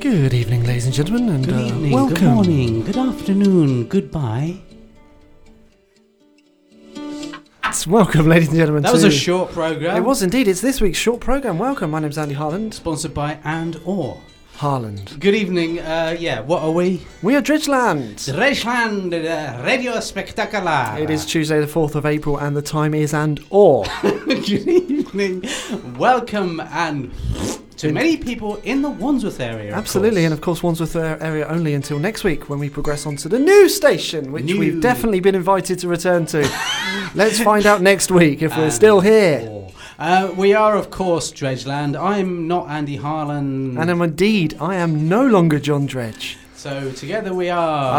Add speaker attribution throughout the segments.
Speaker 1: Good evening, ladies and gentlemen, and
Speaker 2: Good
Speaker 1: uh,
Speaker 2: evening,
Speaker 1: welcome.
Speaker 2: good morning, good afternoon, goodbye.
Speaker 1: It's welcome, ladies and gentlemen.
Speaker 2: That was
Speaker 1: to-
Speaker 2: a short program.
Speaker 1: It was indeed. It's this week's short program. Welcome. My name's Andy Harland.
Speaker 2: sponsored by and or.
Speaker 1: Harland.
Speaker 2: Good evening. Uh, yeah, what are we?
Speaker 1: We are Dredgeland.
Speaker 2: Deutschland uh, Radio Spectacular.
Speaker 1: It is Tuesday, the fourth of April, and the time is and or.
Speaker 2: good evening. Welcome and to many people in the Wandsworth area. of
Speaker 1: Absolutely, and
Speaker 2: course.
Speaker 1: of course, Wandsworth a- area only until next week when we progress on to the new station, which
Speaker 2: New.
Speaker 1: we've definitely been invited to return to. Let's find out next week if we're
Speaker 2: And
Speaker 1: still here.
Speaker 2: or. Uh, we are, of course, Dredgeland. I'm not Andy Harlan.
Speaker 1: And I'm indeed, I am no longer John Dredge.
Speaker 2: so together we are.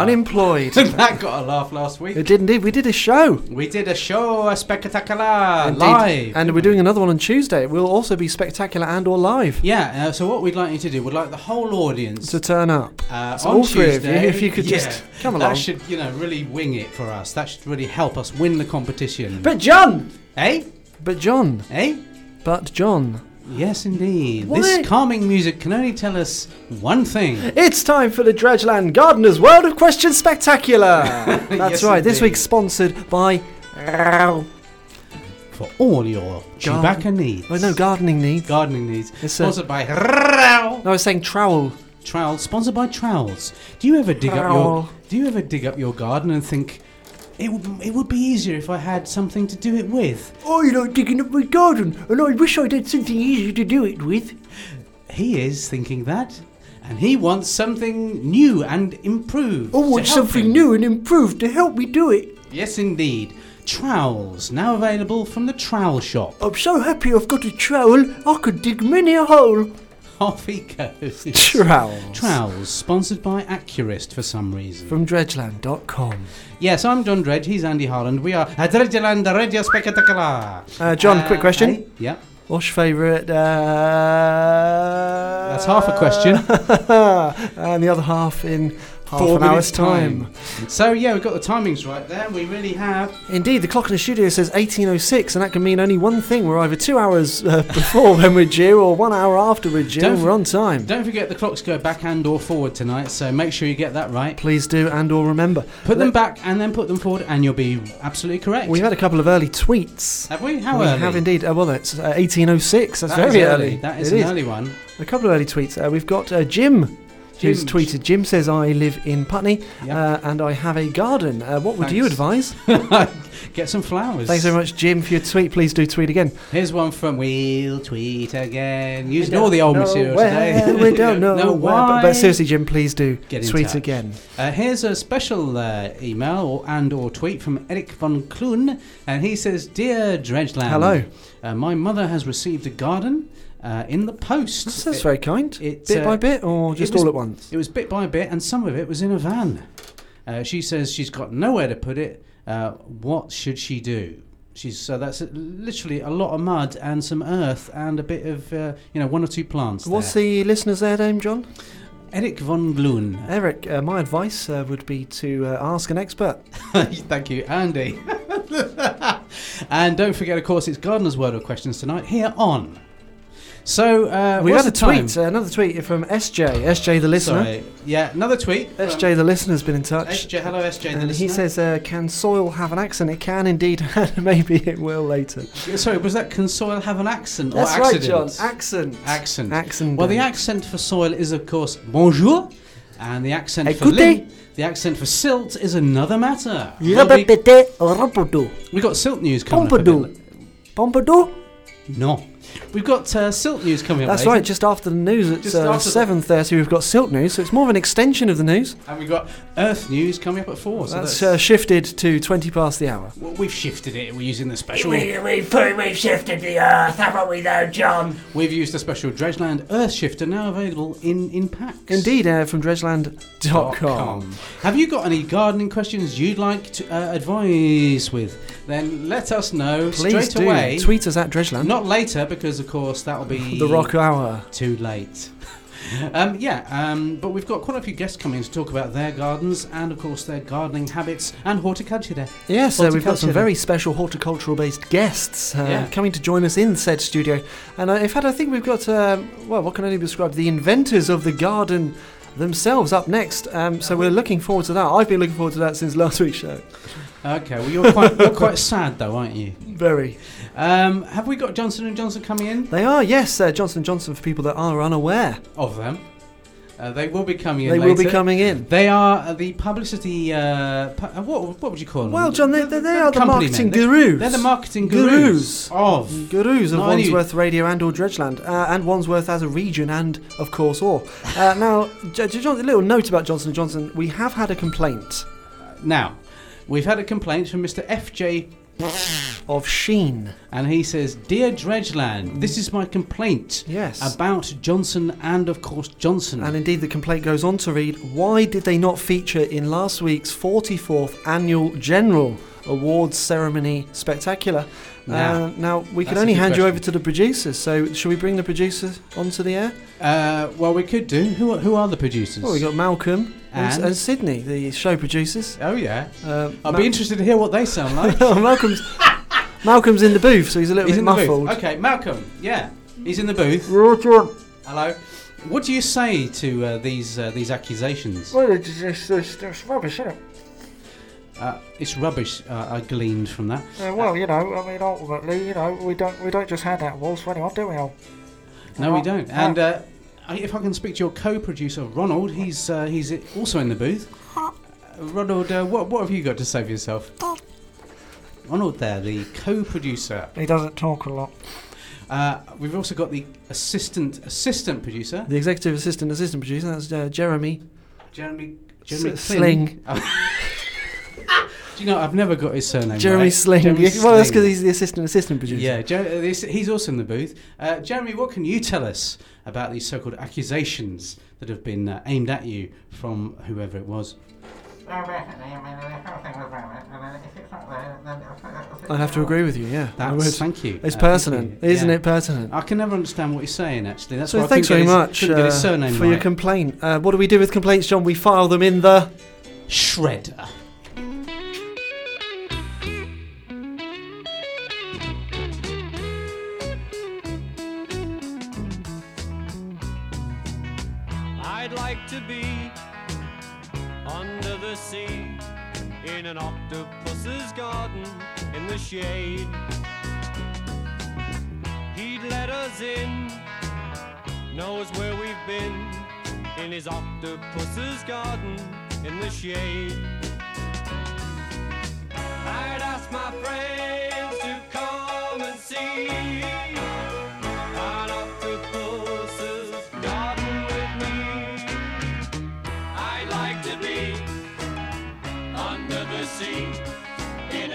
Speaker 1: Unemployed.
Speaker 2: that got a laugh last week.
Speaker 1: it did indeed. We did a show.
Speaker 2: We did a show, a spectacular,
Speaker 1: Indeed.
Speaker 2: Uh, live.
Speaker 1: And we're doing another one on Tuesday. It will also be spectacular and or live.
Speaker 2: yeah, uh, so what we'd like you to do, we'd like the whole audience
Speaker 1: To turn up.
Speaker 2: uh,
Speaker 1: So
Speaker 2: on
Speaker 1: all three
Speaker 2: Tuesday.
Speaker 1: of you, if you could
Speaker 2: yeah,
Speaker 1: just come
Speaker 2: that
Speaker 1: along.
Speaker 2: should, you know, really wing it for us. That should really help us win the competition.
Speaker 1: But John!
Speaker 2: eh?
Speaker 1: But John.
Speaker 2: Eh?
Speaker 1: But John.
Speaker 2: Yes, indeed.
Speaker 1: Why-
Speaker 2: This calming music can only tell us one thing.
Speaker 1: It's time for the Dredgeland Gardener's World of Questions Spectacular! That's
Speaker 2: Yes,
Speaker 1: right, this
Speaker 2: indeed.
Speaker 1: week's sponsored by. Oh
Speaker 2: For all your
Speaker 1: Garden-
Speaker 2: Chewbacca needs.
Speaker 1: no, gardening needs.
Speaker 2: gardening needs.
Speaker 1: It's a-
Speaker 2: sponsored by Rowell.
Speaker 1: No, I was saying trowel.
Speaker 2: Trowels. Sponsored by Trowels. Do you ever dig up
Speaker 1: Trowel.
Speaker 2: your Do you ever dig up your garden and think it would it would be easier if I had something to do it with?
Speaker 1: I Oh, like digging up my garden, and I wish I'd had something easy to do it with.
Speaker 2: He is thinking that, and he wants something new and improved.
Speaker 1: Oh,
Speaker 2: to help him.
Speaker 1: and improved to help me do it.
Speaker 2: Yes, indeed. Trowels now available from the Trowel Shop.
Speaker 1: I'm so happy I've got a trowel, I could dig many a hole.
Speaker 2: Off he goes.
Speaker 1: Trowels.
Speaker 2: Trowels, sponsored by Accurist for some reason.
Speaker 1: From dredgeland.com.
Speaker 2: Yes, I'm John Dredge, he's Andy Harland. We are Dredgeland Radio Spectacular.
Speaker 1: Uh, John, quick question.
Speaker 2: eh? Yeah.
Speaker 1: What's your favourite? Uh,
Speaker 2: That's half a question.
Speaker 1: and the other half in half
Speaker 2: Four
Speaker 1: an hour's
Speaker 2: minutes'
Speaker 1: time.
Speaker 2: So yeah, we've got the timings right there. We really have.
Speaker 1: Indeed, the clock in the studio says 18.06, and that can mean only one thing. We're either two hours uh, before when we're due or one hour after we're due,
Speaker 2: Don't
Speaker 1: and we're on time.
Speaker 2: Don't forget the clocks go back and or forward tonight, so make sure you get that right.
Speaker 1: Please do and or remember.
Speaker 2: Put them back and then put them forward, and you'll be absolutely correct.
Speaker 1: We've had a couple of early tweets.
Speaker 2: have we? How
Speaker 1: we
Speaker 2: early?
Speaker 1: have indeed. Uh, well, it's uh, 18.06. That's
Speaker 2: That
Speaker 1: very
Speaker 2: is
Speaker 1: early.
Speaker 2: That is
Speaker 1: It
Speaker 2: an
Speaker 1: is.
Speaker 2: early one.
Speaker 1: A couple of early tweets. Uh, we've got uh, Jim, who's
Speaker 2: Jim's.
Speaker 1: tweeted. Jim says, "I live in Putney,
Speaker 2: Yep.
Speaker 1: uh, and I have a garden. Uh, what would you
Speaker 2: Thanks.
Speaker 1: advise?"
Speaker 2: get some flowers.
Speaker 1: Thanks very much, Jim, for your tweet. Please do tweet again.
Speaker 2: Here's one from We'll Tweet Again. Using
Speaker 1: We
Speaker 2: all the old
Speaker 1: don't
Speaker 2: material
Speaker 1: know
Speaker 2: today.
Speaker 1: where, we don't know, where, Uh, but-
Speaker 2: why.
Speaker 1: But, seriously, Jim, please do
Speaker 2: Get in
Speaker 1: tweet
Speaker 2: touch.
Speaker 1: again.
Speaker 2: Uh, here's a special uh, email or, and or tweet from Eric von Kloon, and he says, "Dear Dredgeland,
Speaker 1: Hello.
Speaker 2: Uh, my mother has received a garden uh, in the post.
Speaker 1: That's, that's
Speaker 2: It-
Speaker 1: very kind.
Speaker 2: it's,
Speaker 1: bit
Speaker 2: uh,
Speaker 1: by bit, or
Speaker 2: it
Speaker 1: just
Speaker 2: was-
Speaker 1: all at once?
Speaker 2: It was bit by bit, and some of it was in a van. Uh, she says she's got nowhere to put it. Uh, what should she do? She's so that's literally a lot of mud and some earth and a bit of uh, you know one or two plants.
Speaker 1: What's
Speaker 2: there.
Speaker 1: the listener's their name, John?
Speaker 2: Eric von Gloon?
Speaker 1: Eric, uh, my advice uh, would be to uh, ask an expert.
Speaker 2: Thank you, Andy. and don't forget, of course, it's Gardener's Word of Questions tonight here on. So uh,
Speaker 1: we
Speaker 2: what's
Speaker 1: had a
Speaker 2: the time?
Speaker 1: tweet, uh, another tweet from SJ, SJ the listener.
Speaker 2: Sorry, yeah, another tweet. from
Speaker 1: SJ the listener's been in touch.
Speaker 2: SJ, hello, SJ. The
Speaker 1: And
Speaker 2: listener.
Speaker 1: he says, uh, "Can soil have an accent? It can indeed. Maybe it will later."
Speaker 2: Yeah, Sorry, was that can soil have an accent or
Speaker 1: That's
Speaker 2: accident?
Speaker 1: right, John. Accent.
Speaker 2: accent.
Speaker 1: Accent.
Speaker 2: Well, the accent for soil is of course bonjour, and the accent for
Speaker 1: Écoutez.
Speaker 2: lin- the accent for silt is another matter. Well, we,
Speaker 1: Pompadour.
Speaker 2: we got silt news coming. up a bit
Speaker 1: Pompadour.
Speaker 2: la-
Speaker 1: Pompadour.
Speaker 2: No, we've got uh, silt news coming up.
Speaker 1: That's
Speaker 2: later,
Speaker 1: right. Just after the news, it's
Speaker 2: Just
Speaker 1: uh,
Speaker 2: after the-
Speaker 1: seven thirty. We've got silt news, so it's more of an extension of the news.
Speaker 2: And we've got earth news coming up at four. Oh, So
Speaker 1: That's
Speaker 2: that's,
Speaker 1: uh, shifted to twenty past the hour.
Speaker 2: well, we've shifted it. We're using the special.
Speaker 3: We, we've, we've shifted the earth, haven't we, though, John?
Speaker 2: We've used the special Dredgeland Earth Shifter now available in in packs.
Speaker 1: Indeed, uh, from dredgeland.com.
Speaker 2: Com. Have you got any gardening questions you'd like to uh, advise with? Then let us know
Speaker 1: Please
Speaker 2: straight
Speaker 1: do
Speaker 2: away.
Speaker 1: tweet us at dredgeland.
Speaker 2: Not later, because of course that'll be
Speaker 1: The Rock Hour.
Speaker 2: Too late. Um, yeah, um, but we've got quite a few guests coming in to talk about their gardens and, of course, their gardening habits and horticulture. there.
Speaker 1: Yeah, so uh, we've got some
Speaker 2: Horticulture.
Speaker 1: very special horticultural based guests uh,
Speaker 2: Yeah.
Speaker 1: coming to join us in said studio. And uh, in fact, I think we've got, um, well, what can only be described the inventors of the garden themselves up next. Um, so we're looking forward to that. I've been looking forward to that since last week's show.
Speaker 2: Okay, well, you're quite, you're quite sad, though, aren't you?
Speaker 1: Very.
Speaker 2: Um, have we got Johnson and Johnson coming in?
Speaker 1: They are, yes, uh, Johnson Johnson for people that are unaware.
Speaker 2: Of them. Uh, they will be coming in
Speaker 1: they will be
Speaker 2: later.
Speaker 1: coming in.
Speaker 2: They are uh, the publicity. Uh, pu- uh, what, what would you call them?
Speaker 1: Well, John, they, they, they are the
Speaker 2: company
Speaker 1: marketing
Speaker 2: men. They-
Speaker 1: gurus.
Speaker 2: They're the marketing
Speaker 1: Gurus.
Speaker 2: gurus, of.
Speaker 1: Gurus of
Speaker 2: Not only-
Speaker 1: Wandsworth Radio and or Dredgeland, uh, and Wandsworth as a region, and of course, or. Uh, now, J- J- John, a little note about Johnson & Johnson. We have had a complaint
Speaker 2: Now, we've had a complaint from Mr. F.J.
Speaker 1: of Sheen.
Speaker 2: and he says, "Dear Dredgeland, this is my complaint
Speaker 1: Yes.
Speaker 2: about Johnson and, of course, Johnson."
Speaker 1: and indeed, the complaint goes on to read Why did they not feature in last week's 44th Annual General Awards Ceremony Spectacular? uh,
Speaker 2: Now,
Speaker 1: now we can
Speaker 2: that's a
Speaker 1: only
Speaker 2: good
Speaker 1: hand you
Speaker 2: question.
Speaker 1: over to the producers, so should we bring the producers onto the air?
Speaker 2: uh, well, we could do. Who are, who are the producers?
Speaker 1: Well, we got Malcolm and, and,
Speaker 2: And?
Speaker 1: Sydney, the show producers.
Speaker 2: Oh yeah,
Speaker 1: Uh,
Speaker 2: I'll
Speaker 1: Ma-
Speaker 2: be interested to hear what they sound like.
Speaker 1: Malcolm's Malcolm's in the booth, so he's a little
Speaker 2: He's
Speaker 1: bit
Speaker 2: in the
Speaker 1: muffled.
Speaker 2: booth. Okay, Malcolm. Yeah, he's in the booth. Hello. What do you say to uh, these uh, these accusations?
Speaker 3: Well, it's, it's, it's, it's rubbish, isn't it?
Speaker 2: Uh, it's rubbish. Uh, I gleaned from that.
Speaker 3: Uh, well, you know, I mean, ultimately, you know, we don't we don't just hand out walls for anyone, do we? Al?
Speaker 2: No,
Speaker 1: Uh-huh.
Speaker 2: we
Speaker 3: Uh,
Speaker 2: don't.
Speaker 3: uh,
Speaker 2: And uh, I- if I can speak to your co-producer Ronald, he's uh, he's also in the booth. Uh, Ronald, uh, what what have you got to say for yourself? Ronald, there, the co-producer.
Speaker 3: he doesn't talk a lot.
Speaker 2: Uh, we've also got the assistant assistant producer,
Speaker 1: The executive assistant, assistant producer, that's uh, Jeremy.
Speaker 2: Jeremy. Jeremy
Speaker 1: S-
Speaker 2: Flynn. Do you know I've never got his surname?
Speaker 1: Jeremy
Speaker 2: right.
Speaker 1: Sling.
Speaker 2: Jeremy
Speaker 1: Yeah, well, that's because
Speaker 2: Sling.
Speaker 1: he's the assistant assistant producer.
Speaker 2: Yeah, Jer- uh, this- he's also in the booth. Uh, Jeremy, what can you tell us about these so-called accusations that have been uh, aimed at you from whoever it was?
Speaker 1: I have to agree with you. Yeah, I would.
Speaker 2: That's, thank you.
Speaker 1: It's
Speaker 2: Uh,
Speaker 1: pertinent,
Speaker 2: thank you.
Speaker 1: isn't
Speaker 2: Yeah.
Speaker 1: it? Pertinent.
Speaker 2: I can never understand what he's saying. Actually, that's why
Speaker 1: so
Speaker 2: I
Speaker 1: thanks very
Speaker 2: couldn't get
Speaker 1: much
Speaker 2: His, couldn't get his
Speaker 1: uh,
Speaker 2: surname
Speaker 1: for your
Speaker 2: right.
Speaker 1: complaint. Uh, what do we do with complaints, John? We file them in the.
Speaker 2: Shredder.
Speaker 4: I'd like to be under the sea in an octopus's garden in the shade. He'd let us in, knows where we've been in his octopus's garden in the shade. I'd ask my friends to come and see. An octopus's garden with me. I'd like to be under the sea in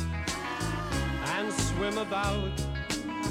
Speaker 4: and swim about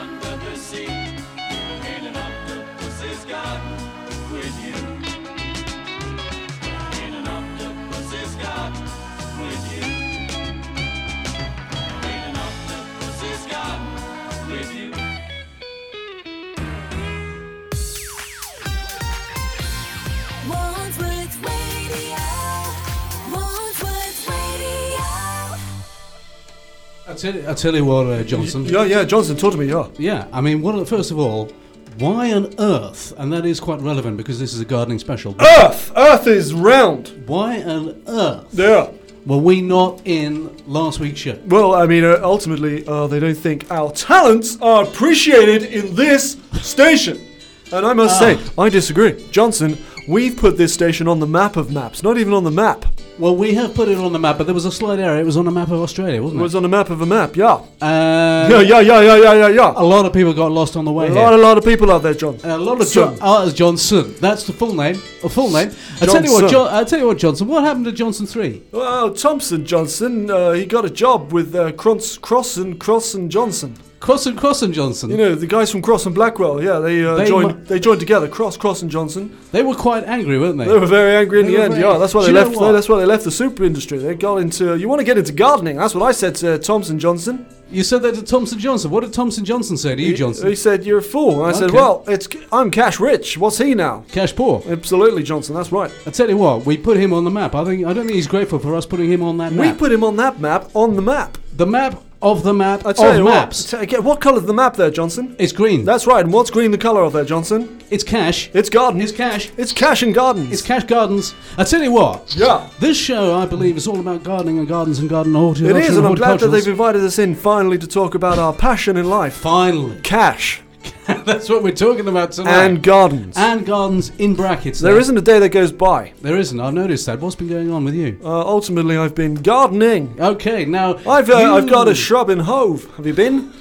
Speaker 4: under the sea in an octopus's garden with you. In an octopus's garden with you. In an octopus's garden with you.
Speaker 5: Wandsworth Radio. Wandsworth Radio.
Speaker 2: I tell you, I tell you what, uh, Johnson.
Speaker 1: Yeah, yeah, Johnson, talk to me, yeah.
Speaker 2: Yeah, I mean, well, first of all, why on earth? And that is quite relevant because this is a gardening special. but
Speaker 1: Earth! Earth is round!
Speaker 2: Why on earth
Speaker 1: Yeah.
Speaker 2: were we not in last week's show?
Speaker 1: Well, I mean, uh, ultimately, uh, they don't think our talents are appreciated in this station. And I
Speaker 2: Ah.
Speaker 1: must say, I disagree. Johnson, we've put this station on the map of maps, not even on the map.
Speaker 2: Well, we have put it on the map, but there was a slight error. It was on a map of Australia,
Speaker 1: It
Speaker 2: wasn't it?
Speaker 1: was on the map of a map, yeah.
Speaker 2: Uh,
Speaker 1: Yeah, yeah, yeah, yeah, yeah, yeah, yeah.
Speaker 2: A lot of people got lost on the way
Speaker 1: A
Speaker 2: here.
Speaker 1: lot, a lot of people out there, John.
Speaker 2: A lot of
Speaker 1: Sir.
Speaker 2: John, oh, that's Johnson. That's the full name. A full name. I tell you
Speaker 1: Johnson.
Speaker 2: what, John, I tell you what, Johnson. What happened to Johnson three?
Speaker 1: Well, Thompson Johnson, uh, he got a job with uh, Cross, Cross and Cross and Johnson.
Speaker 2: Cross and Cross and Johnson.
Speaker 1: You know, the guys from Cross and Blackwell. Yeah, they uh,
Speaker 2: They
Speaker 1: joined.
Speaker 2: mu-
Speaker 1: they joined together. Cross, Cross and Johnson.
Speaker 2: they were quite angry, weren't they?
Speaker 1: They were very angry in
Speaker 2: They
Speaker 1: the
Speaker 2: were
Speaker 1: end.
Speaker 2: very-
Speaker 1: Yeah, that's why
Speaker 2: Do
Speaker 1: they
Speaker 2: you know
Speaker 1: left.
Speaker 2: what?
Speaker 1: That's why they left the soup industry. They got into. You want to get into gardening? That's what I said to Thompson Johnson.
Speaker 2: you said that to Thompson Johnson. What did Thompson Johnson say to you, Johnson?
Speaker 1: He, he said you're a fool. And I said,
Speaker 2: Okay.
Speaker 1: well, it's I'm cash rich. What's he now?
Speaker 2: Cash poor.
Speaker 1: Absolutely, Johnson. That's right.
Speaker 2: I tell you what, we put him on the map. I think I don't think he's grateful for us putting him on that
Speaker 1: We
Speaker 2: map.
Speaker 1: put him on that map on the map.
Speaker 2: the map of the map
Speaker 1: I
Speaker 2: of
Speaker 1: tell you
Speaker 2: maps.
Speaker 1: what. T- what colour's the map there, Johnson?
Speaker 2: it's green.
Speaker 1: That's right. And what's green the colour of there, Johnson?
Speaker 2: it's cash.
Speaker 1: It's garden.
Speaker 2: It's cash.
Speaker 1: It's cash and gardens.
Speaker 2: It's cash gardens. I tell you what.
Speaker 1: yeah.
Speaker 2: This show, I believe, is all about gardening and gardens and garden
Speaker 1: It
Speaker 2: horticulture.
Speaker 1: is, and I'm glad that
Speaker 2: horticulturals.
Speaker 1: they've invited us in finally to talk about our passion in life
Speaker 2: finally.
Speaker 1: cash
Speaker 2: That's what we're talking about tonight.
Speaker 1: and gardens.
Speaker 2: And gardens in brackets.
Speaker 1: There
Speaker 2: there.
Speaker 1: isn't a day that goes by.
Speaker 2: There isn't. I've noticed that. What's been going on with you?
Speaker 1: Uh, ultimately, I've been gardening.
Speaker 2: Okay, now
Speaker 1: I've, uh, I've got a
Speaker 2: you-
Speaker 1: shrub in Hove. Have you been?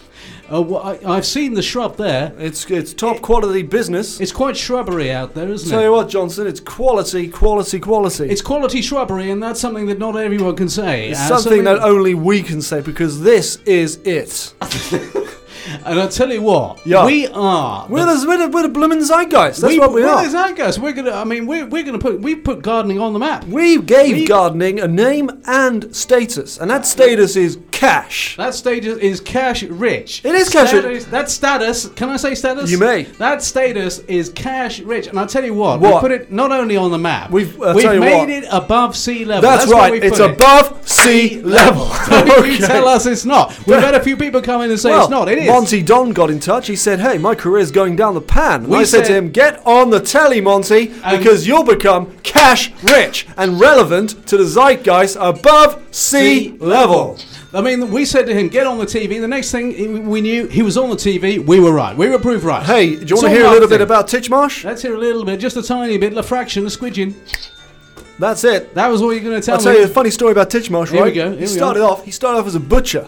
Speaker 2: Uh, well, I, have seen the shrub there.
Speaker 1: It's, it's top quality business.
Speaker 2: It's quite shrubbery out there, isn't
Speaker 1: Tell
Speaker 2: it?
Speaker 1: you what, Johnson, it's quality, quality, quality.
Speaker 2: It's quality shrubbery, and that's something that not everyone can say.
Speaker 1: It's
Speaker 2: Uh,
Speaker 1: something that only we can say because this is it.
Speaker 2: and I'll tell you what,
Speaker 1: Yeah.
Speaker 2: we are.
Speaker 1: We're the, we're the, we're the blooming zeitgeist. That's
Speaker 2: we,
Speaker 1: what we
Speaker 2: we're
Speaker 1: are.
Speaker 2: the zeitgeist. We're gonna. I mean, we're, we're gonna put we put gardening on the map.
Speaker 1: We gave
Speaker 2: We-
Speaker 1: gardening a name and status, and that status is cash.
Speaker 2: That stage is, is cash rich.
Speaker 1: It is cash
Speaker 2: Status- That status, can I say status?
Speaker 1: You may.
Speaker 2: That status is cash rich, and I'll tell you what. We
Speaker 1: What?
Speaker 2: put it not only on the map.
Speaker 1: We've- I'll
Speaker 2: we've
Speaker 1: tell you
Speaker 2: made
Speaker 1: what.
Speaker 2: it above sea level.
Speaker 1: That's,
Speaker 2: where
Speaker 1: right.
Speaker 2: we've
Speaker 1: It's
Speaker 2: put it.
Speaker 1: above sea level.
Speaker 2: Don't you
Speaker 1: Okay.
Speaker 2: tell us it's not. We've had a few people come in and say
Speaker 1: Well,
Speaker 2: it's not. It is.
Speaker 1: Monty Don got in touch. He said, "Hey, my career's going down the pan." And
Speaker 2: We
Speaker 1: I said, to
Speaker 2: said-
Speaker 1: him, "Get on the telly, Monty,
Speaker 2: And-
Speaker 1: because you'll become cash rich and relevant to the zeitgeist above sea level."
Speaker 2: I mean, we said to him, "Get on the TV." The next thing we knew, he was on the TV. We were right. We were proved right.
Speaker 1: Hey, do you
Speaker 2: It's
Speaker 1: want to
Speaker 2: all
Speaker 1: hear a little bit
Speaker 2: marketing.
Speaker 1: about Titchmarsh?
Speaker 2: Let's hear a little bit, just a tiny bit, a fraction, a squidgin.
Speaker 1: That's it.
Speaker 2: That was all you're going to tell
Speaker 1: I'll
Speaker 2: me.
Speaker 1: tell you a funny story about Titchmarsh,
Speaker 2: Here we
Speaker 1: right?
Speaker 2: go, here
Speaker 1: He
Speaker 2: we
Speaker 1: started
Speaker 2: are.
Speaker 1: off. He started off as a butcher.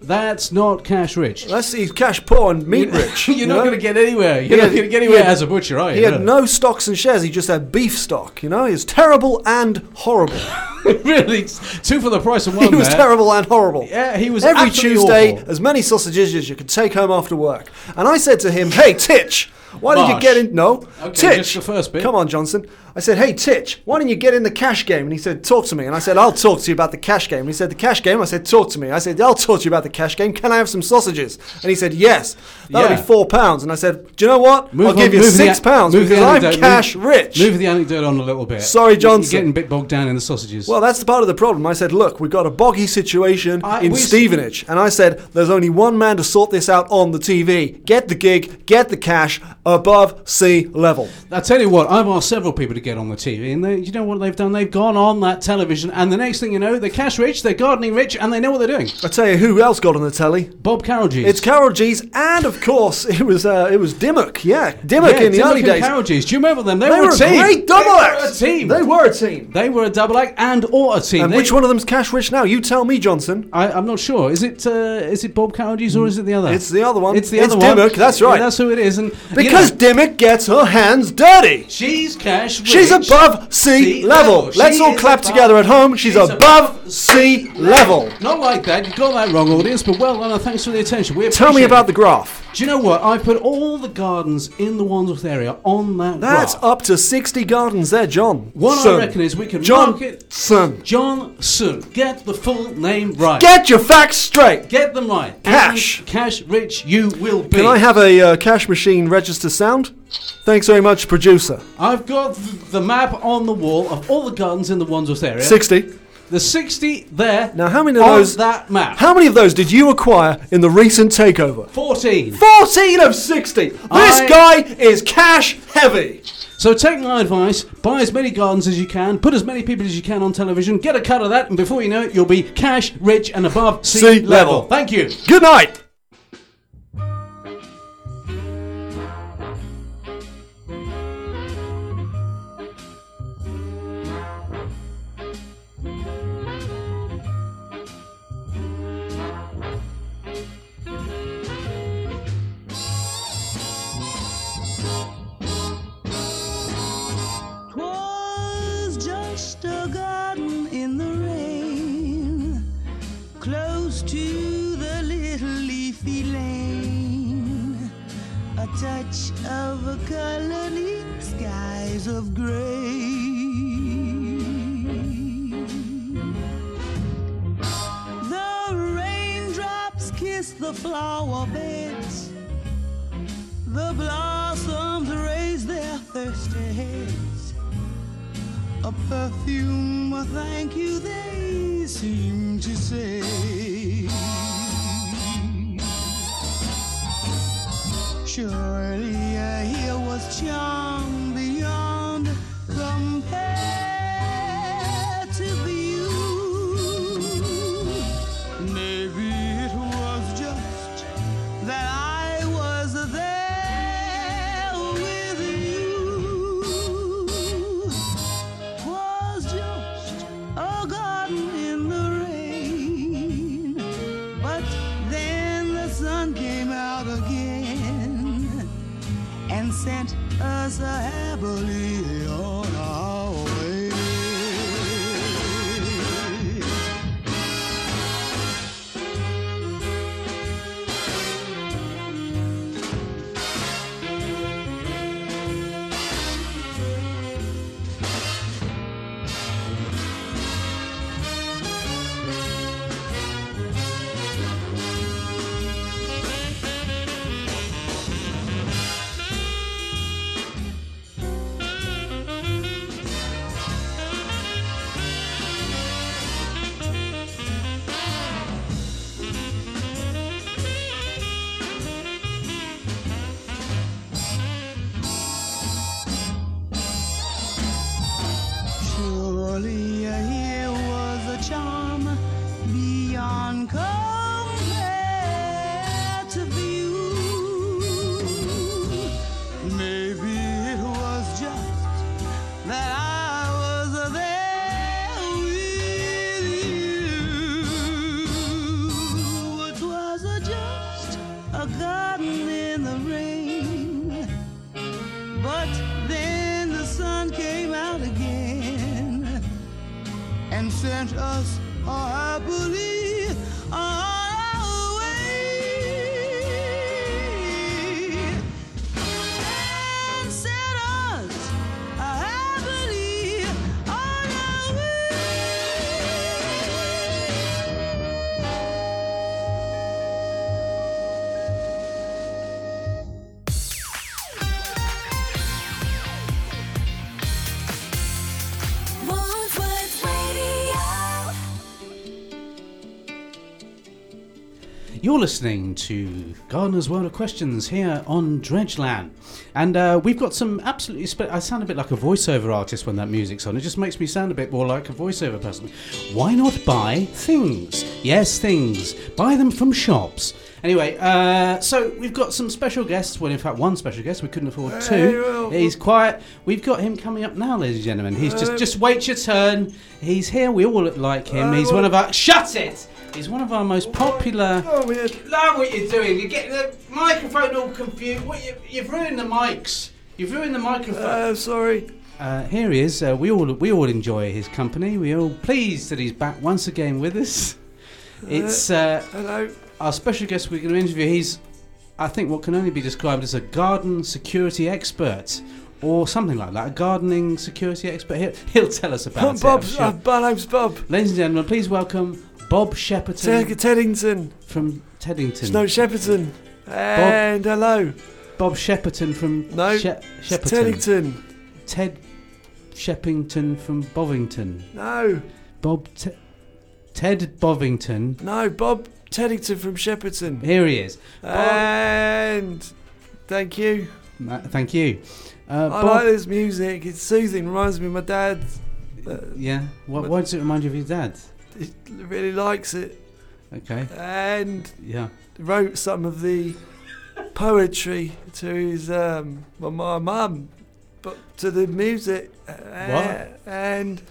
Speaker 2: That's not cash rich.
Speaker 1: That's he's cash poor and meat rich.
Speaker 2: You're
Speaker 1: you
Speaker 2: not
Speaker 1: know?
Speaker 2: going to get anywhere. You're
Speaker 1: He
Speaker 2: not
Speaker 1: had-
Speaker 2: going to get
Speaker 1: he
Speaker 2: anywhere
Speaker 1: had-
Speaker 2: as a butcher, are you?
Speaker 1: He had no stocks and shares. He just had beef stock. You know, he was terrible and horrible.
Speaker 2: really, it's two for the price of one.
Speaker 1: he was
Speaker 2: there.
Speaker 1: terrible and horrible.
Speaker 2: Yeah, he was
Speaker 1: every
Speaker 2: absolutely
Speaker 1: Tuesday
Speaker 2: awful.
Speaker 1: as many sausages as you could take home after work. And I said to him, "Hey, Titch, why did you
Speaker 2: Marsh.
Speaker 1: get in? No,
Speaker 2: Okay,
Speaker 1: Titch,
Speaker 2: just the first bit.
Speaker 1: Come on, Johnson. I said, "Hey, Titch, why didn't you get in the cash game?" And he said, "Talk to me." And I said, "I'll talk to you about the cash game." And he said, "The cash game." I said, "Talk to me." I said, "I'll talk to you about the cash game. Can I have some sausages?" And he said, "Yes." That'll
Speaker 2: Yeah.
Speaker 1: be four pounds. And I said, "Do you know what?
Speaker 2: Move
Speaker 1: I'll give
Speaker 2: on-
Speaker 1: you
Speaker 2: move the
Speaker 1: six
Speaker 2: an-
Speaker 1: pounds
Speaker 2: move the
Speaker 1: because I'm
Speaker 2: anecdote-
Speaker 1: cash
Speaker 2: move-
Speaker 1: rich."
Speaker 2: Move the anecdote on a little bit.
Speaker 1: Sorry,
Speaker 2: You're-
Speaker 1: Johnson.
Speaker 2: You're getting a bit bogged down in the sausages.
Speaker 1: Well, that's the part of the problem. I said, look, we've got a boggy situation
Speaker 2: I-
Speaker 1: in
Speaker 2: we-
Speaker 1: Stevenage. And I said, there's only one man to sort this out on the TV. Get the gig, get the cash above sea level.
Speaker 2: I tell you what, I've asked several people to get on the TV, and they, you know what they've done? They've gone on that television, and the next thing you know, they're cash rich, they're gardening rich, and they know what they're doing.
Speaker 1: I tell you who else got on the telly.
Speaker 2: Bob Carroll G's.
Speaker 1: It's Carol G's, and of course, it was uh, it was Dimmock. Yeah, Dimmock
Speaker 2: yeah,
Speaker 1: in the
Speaker 2: Tim
Speaker 1: early
Speaker 2: Hook and
Speaker 1: days.
Speaker 2: Carroll G's. Do you remember them? They,
Speaker 1: they were a
Speaker 2: team.
Speaker 1: great double
Speaker 2: they
Speaker 1: act.
Speaker 2: Were a team.
Speaker 1: They were a team.
Speaker 2: They were a double act and or a team.
Speaker 1: And
Speaker 2: They-
Speaker 1: which one of them's cash rich now? You tell me, Johnson.
Speaker 2: I, I'm not sure. Is it uh, is it Bob Cowdee's or is it the other?
Speaker 1: It's the other one.
Speaker 2: It's the
Speaker 1: It's
Speaker 2: other one.
Speaker 1: Dimmock, that's right.
Speaker 2: Yeah, that's who it is. And you
Speaker 1: Because
Speaker 2: know,
Speaker 1: Dimmock gets her hands dirty.
Speaker 2: she's cash rich.
Speaker 1: She's
Speaker 2: which-
Speaker 1: above sea
Speaker 2: sea
Speaker 1: level.
Speaker 2: level.
Speaker 1: Let's
Speaker 2: She
Speaker 1: all
Speaker 2: is
Speaker 1: clap
Speaker 2: above-
Speaker 1: together at home. She's,
Speaker 2: she's
Speaker 1: above sea level.
Speaker 2: Not like that. You got that wrong, audience. But well done, and thanks for the attention. We
Speaker 1: Tell me
Speaker 2: appreciate
Speaker 1: about
Speaker 2: it.
Speaker 1: the graph.
Speaker 2: Do you know what? I put all the gardens in the Wandsworth area on that.
Speaker 1: That's
Speaker 2: graph.
Speaker 1: up to 60 gardens there, John.
Speaker 2: What I
Speaker 1: Son.
Speaker 2: reckon is we can
Speaker 1: John
Speaker 2: mark it-
Speaker 1: Son.
Speaker 2: Johnson. Get the full name right.
Speaker 1: Get your facts straight.
Speaker 2: Get them right.
Speaker 1: Cash.
Speaker 2: And cash rich you will be.
Speaker 1: Can I have a uh, cash machine register sound? Thanks very much, producer.
Speaker 2: I've got th- the map on the wall of all the gardens in the Wandsworth area.
Speaker 1: 60.
Speaker 2: The 60 there.
Speaker 1: Now, how many of
Speaker 2: on
Speaker 1: those-
Speaker 2: that map?
Speaker 1: How many of those did you acquire in the recent takeover?
Speaker 2: 14.
Speaker 1: 14 of 60. This
Speaker 2: I-
Speaker 1: guy is cash heavy.
Speaker 2: So take my advice, buy as many gardens as you can, put as many people as you can on television, get a cut of that, and before you know it, you'll be cash rich and above sea,
Speaker 1: Sea level.
Speaker 2: level. Thank you.
Speaker 1: Good night.
Speaker 6: was just a garden in the rain, close to the little leafy lane. A touch of a colony, skies of gray. The raindrops kiss the flower beds. The blossoms raise their thirsty heads. A perfume, a thank you, they seem to say. Surely uh, here was charm beyond compare to view. Maybe it was just that I was there with you. Was just a garden in the rain, but then the sun came out again and sent us happily on our way. Surely here was a charm beyond compare to view. Maybe it was just that I was there with you. It was a just a garden in the rain. But then the sun came out again and sent us all happily on our way. And sent us happily on our way.
Speaker 5: Wandsworth Radio.
Speaker 2: You're listening to Gardener's World of Questions here on Dredgeland. And uh, we've got some absolutely. Spe- I sound a bit like a voiceover artist when that music's on. It just makes me sound a bit more like a voiceover person. Why not buy things? Yes, things. Buy them from shops. Anyway, uh, so we've got some special guests. Well, in fact, one special guest. We couldn't afford two. He's quiet. We've got him coming up now, ladies and gentlemen. He's just just wait your turn. He's here. We all look like him. He's one of our. Shut it! He's one of our most popular.
Speaker 1: Oh, weird.
Speaker 2: Love what you're doing. You get the microphone all confused. What you, you've ruined the mics. You've ruined the microphone.
Speaker 1: sorry.
Speaker 2: Uh, here he is. Uh, we all we all enjoy his company. We all pleased that he's back once again with us. It's uh,
Speaker 1: Hello.
Speaker 2: our special guest we're going to interview. He's, I think, what can only be described as a garden security expert, or something like that. A gardening security expert. He'll, he'll tell us about it. I'm
Speaker 1: Bob.
Speaker 2: sure.
Speaker 1: Uh, my name's Bob.
Speaker 2: Ladies and gentlemen, please welcome Bob
Speaker 1: Ted-
Speaker 2: Shepperton
Speaker 1: Teddington.
Speaker 2: from Teddington.
Speaker 1: Snow Shepperton. And hello.
Speaker 2: Bob Shepperton from
Speaker 1: No,
Speaker 2: She-
Speaker 1: It's
Speaker 2: Shepperton.
Speaker 1: Teddington.
Speaker 2: Ted Sheppington from Bovington.
Speaker 1: No.
Speaker 2: Bob Te- Ted Bovington.
Speaker 1: No. Bob Teddington from Shepperton.
Speaker 2: Here he is.
Speaker 1: And thank you.
Speaker 2: Ma- Thank you. Uh,
Speaker 1: I
Speaker 2: Bob,
Speaker 1: like this music. It's soothing. Reminds me of my dad. Uh,
Speaker 2: yeah. Why, why does it remind you of your dad?
Speaker 1: he really likes it.
Speaker 2: Okay.
Speaker 1: And
Speaker 2: Yeah.
Speaker 1: wrote some of the poetry to his um well, my mum, but to the music. Uh,
Speaker 2: What?
Speaker 1: And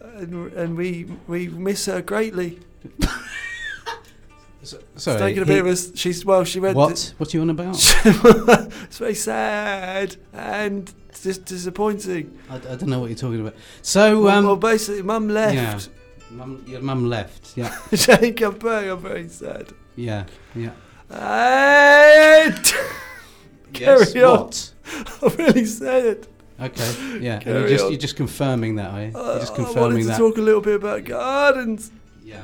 Speaker 1: and, and we we miss her greatly.
Speaker 2: Sorry.
Speaker 1: it's taken a
Speaker 2: he-
Speaker 1: bit of us. She's well. She read
Speaker 2: what?
Speaker 1: th-
Speaker 2: What are you on about?
Speaker 1: it's very sad and just disappointing.
Speaker 2: I, I don't know what you're talking about. So,
Speaker 1: well,
Speaker 2: um,
Speaker 1: well, basically, mum left.
Speaker 2: mum, your mum left. Yeah.
Speaker 1: she ain't come back. I'm very sad.
Speaker 2: Yeah. Yeah.
Speaker 1: And
Speaker 2: Yes.
Speaker 1: Carry on.
Speaker 2: What?
Speaker 1: I'm really sad.
Speaker 2: Okay. Yeah. And you're
Speaker 1: Carry
Speaker 2: just
Speaker 1: on. Uh,
Speaker 2: you're just confirming that, are you?
Speaker 1: I,
Speaker 2: You're just
Speaker 1: I wanted
Speaker 2: confirming
Speaker 1: to
Speaker 2: that.
Speaker 1: talk a little bit about gardens.
Speaker 2: yeah.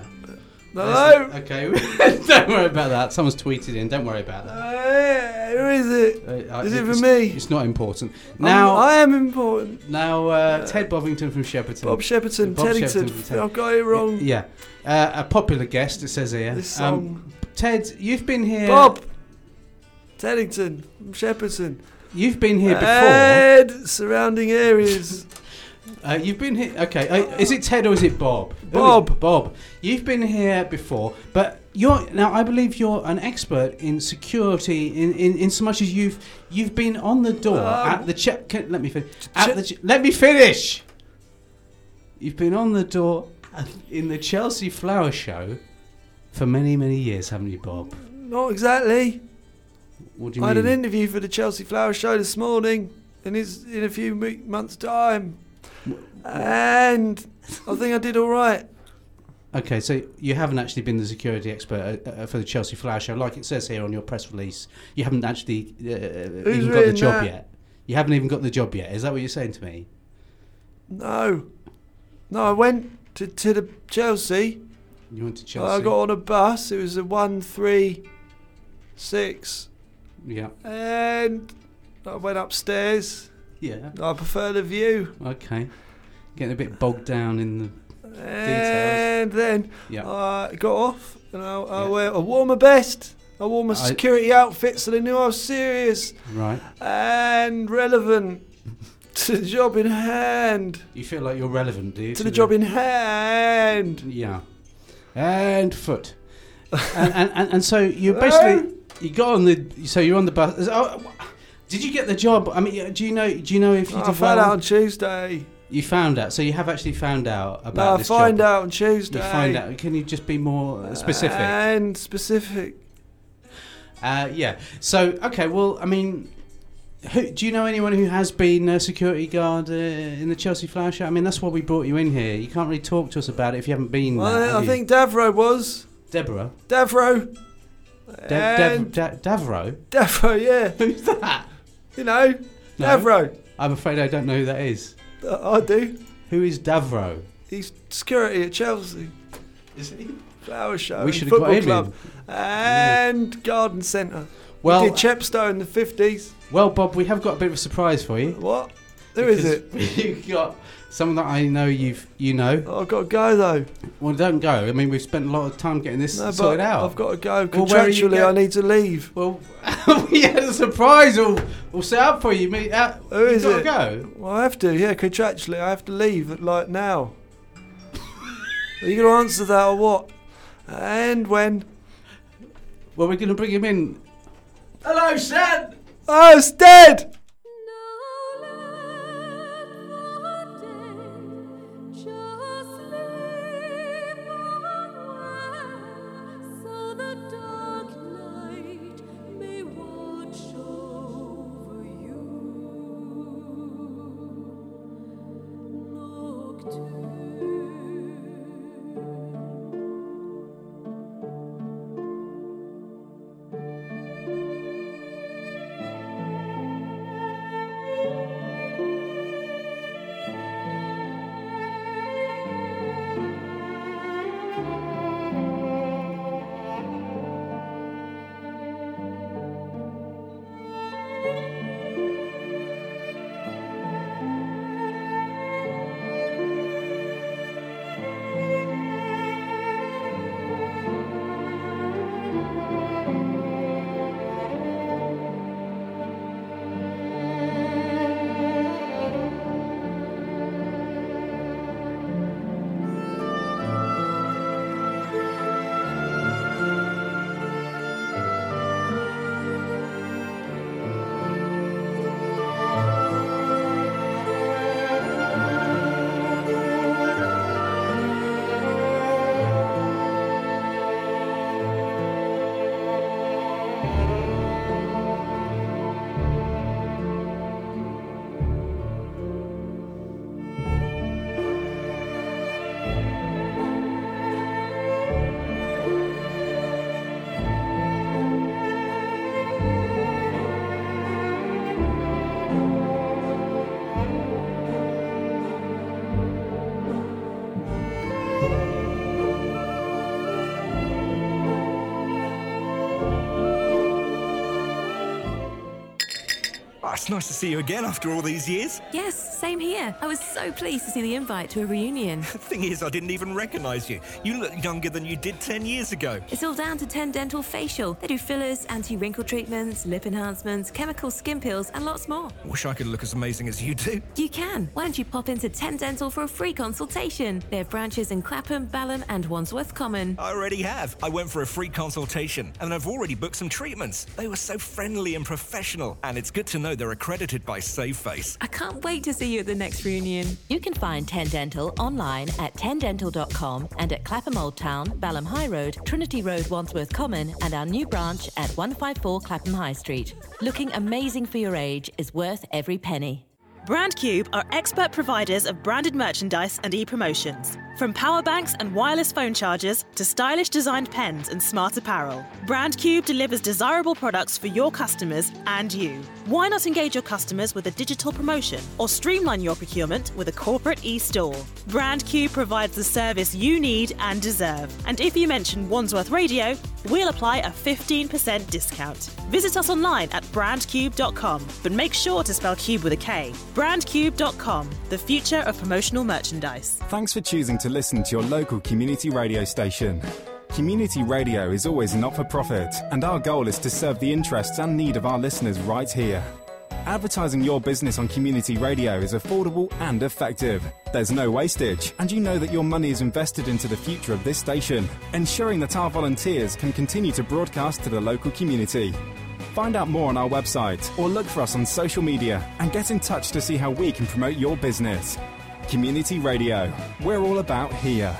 Speaker 1: No.
Speaker 2: Okay. don't worry about that. Someone's tweeted in. Don't worry about that.
Speaker 1: Uh, who is it?
Speaker 2: Uh, I-
Speaker 1: Is it
Speaker 2: it's-
Speaker 1: for me?
Speaker 2: It's not important.
Speaker 1: I'm-
Speaker 2: Now,
Speaker 1: I am important.
Speaker 2: now, uh, Ted Bovington from Shepperton.
Speaker 1: Bob Shepperton,
Speaker 2: Bob
Speaker 1: Teddington.
Speaker 2: Shepperton from Ted-
Speaker 1: I got it wrong.
Speaker 2: Yeah, uh, a popular guest. It says here.
Speaker 1: This
Speaker 2: Um,
Speaker 1: song.
Speaker 2: Ted, you've been here.
Speaker 1: Bob Teddington, Shepperton.
Speaker 2: you've been here before.
Speaker 1: And surrounding areas.
Speaker 2: Uh, you've been here. Okay, uh, is it Ted or is it Bob? Who is-
Speaker 1: Bob.
Speaker 2: Bob. You've been here before, but you're now. I believe you're an expert in security. In, in, in so much as you've you've been on the door
Speaker 1: Um,
Speaker 2: at the check. Can, let me finish. At
Speaker 1: che-
Speaker 2: the che- let me finish. You've been on the door at- in the Chelsea Flower Show for many many years, haven't you, Bob?
Speaker 1: Not exactly.
Speaker 2: What do you
Speaker 1: I had
Speaker 2: mean?
Speaker 1: an interview for the Chelsea Flower Show this morning, and it's in a few mo- months' time. And I think I did all right.
Speaker 2: Okay, so you haven't actually been the security expert uh, uh, for the Chelsea Flower Show, like it says here on your press release. You haven't actually uh, even got the
Speaker 1: written
Speaker 2: job
Speaker 1: that?
Speaker 2: yet. You haven't even got the job yet. Is that what you're saying to me?
Speaker 1: No. No, I went to, to the Chelsea.
Speaker 2: You went to Chelsea.
Speaker 1: I got on a bus. It was a one three six,
Speaker 2: Yeah.
Speaker 1: and I went upstairs.
Speaker 2: Yeah.
Speaker 1: I prefer the view.
Speaker 2: Okay. Getting a bit bogged down in the.
Speaker 1: And then
Speaker 2: Yeah.
Speaker 1: I got off, and I, I,
Speaker 2: Yeah.
Speaker 1: wear, I wore my best. I wore my
Speaker 2: I-
Speaker 1: security outfit, so they knew I was serious
Speaker 2: Right.
Speaker 1: and relevant to the job in hand.
Speaker 2: You feel like you're relevant, do you?
Speaker 1: To the job in hand.
Speaker 2: Yeah. And foot. and, and, and, and so you basically you got on the so you're on the bus. Oh, did you get the job? I mean, do you know? Do you know if you
Speaker 1: I
Speaker 2: did
Speaker 1: found
Speaker 2: well?
Speaker 1: out on Tuesday.
Speaker 2: You found out. So you have actually found out about
Speaker 1: No, I
Speaker 2: this
Speaker 1: find
Speaker 2: job.
Speaker 1: out on Tuesday.
Speaker 2: You find out. Can you just be more uh, specific? Uh,
Speaker 1: And specific.
Speaker 2: yeah. So okay. Well, I mean, who, do you know anyone who has been a security guard uh, in the Chelsea Flower Show? I mean, that's why we brought you in here. You can't really talk to us about it if you haven't been.
Speaker 1: Well,
Speaker 2: there,
Speaker 1: I
Speaker 2: have Mm, you?
Speaker 1: think Davro was.
Speaker 2: Deborah.
Speaker 1: Davro.
Speaker 2: De-
Speaker 1: and
Speaker 2: Dev- Da- Davro.
Speaker 1: Davro, yeah.
Speaker 2: Who's that?
Speaker 1: You know,
Speaker 2: No.
Speaker 1: Davro.
Speaker 2: I'm afraid I don't know who that is.
Speaker 1: Uh, I do.
Speaker 2: Who is Davro?
Speaker 1: He's security at Chelsea.
Speaker 2: Is he?
Speaker 1: Flower show.
Speaker 2: We
Speaker 1: and
Speaker 2: should have got
Speaker 1: football
Speaker 2: him
Speaker 1: club.
Speaker 2: in.
Speaker 1: And garden centre.
Speaker 2: Well-
Speaker 1: we did Chepstow in the 50s.
Speaker 2: Well, Bob, we have got a bit of a surprise for you.
Speaker 1: What? Who is it?
Speaker 2: Because You've got someone that I know you've you know.
Speaker 1: Oh, I've got to go though.
Speaker 2: Well, don't go. I mean, we've spent a lot of time getting this
Speaker 1: No, but
Speaker 2: sorted out.
Speaker 1: I've got to go.
Speaker 2: Well, where are you
Speaker 1: Contractually, I
Speaker 2: going?
Speaker 1: need to leave.
Speaker 2: Well, we had a surprise all, all set up for you. Mate. Uh,
Speaker 1: Who
Speaker 2: you've
Speaker 1: is
Speaker 2: gotta
Speaker 1: it?
Speaker 2: Go.
Speaker 1: Well, I have to, yeah, contractually, I have to leave at like now. Are you going to answer that or what? And when?
Speaker 2: Well, we're going to bring him in.
Speaker 1: Oh, it's dead!
Speaker 5: Watch over you.
Speaker 7: Oh, it's nice to see you again after all these years.
Speaker 5: Yes, same here. I was so pleased to see the invite to a reunion.
Speaker 7: The thing is, I didn't even recognise you. You look younger than you did 10 years ago.
Speaker 5: It's all down to 10 Dental Facial. They do fillers, anti wrinkle treatments, lip enhancements, chemical skin peels, and lots more.
Speaker 7: Wish I could look as amazing as you do.
Speaker 5: You can. Why don't you pop into 10 Dental for a free consultation? They have branches in Clapham, Balham, and Wandsworth Common.
Speaker 7: I already have. I went for a free consultation and I've already booked some treatments. They were so friendly and professional, and it's good to know they're accredited by SafeFace.
Speaker 5: I can't wait to see you at the next reunion.
Speaker 8: You can find 10 Dental online at 10dental.com and at Clapham Old Town, Balham High Road, Trinity Road, Wandsworth Common, and our new branch at 154 Clapham High Street. Looking amazing for your age is worth every penny.
Speaker 9: BrandCube are expert providers of branded merchandise and e-promotions. From power banks and wireless phone chargers to stylish designed pens and smart apparel, BrandCube delivers desirable products for your customers and you. Why not engage your customers with a digital promotion or streamline your procurement with a corporate e-store? BrandCube provides the service you need and deserve. And if you mention Wandsworth Radio, we'll apply a 15% discount. Visit us online at brandcube.com, but make sure to spell cube with a K. Brandcube.com, the future of promotional merchandise.
Speaker 10: Thanks for choosing to listen to your local community radio station. Community radio is always not for profit, and our goal is to serve the interests and need of our listeners right here. Advertising your business on community radio is affordable and effective. There's no wastage, and you know that your money is invested into the future of this station, ensuring that our volunteers can continue to broadcast to the local community. Find out more on our website or look for us on social media and get in touch to see how we can promote your business. Community Radio. We're all about here.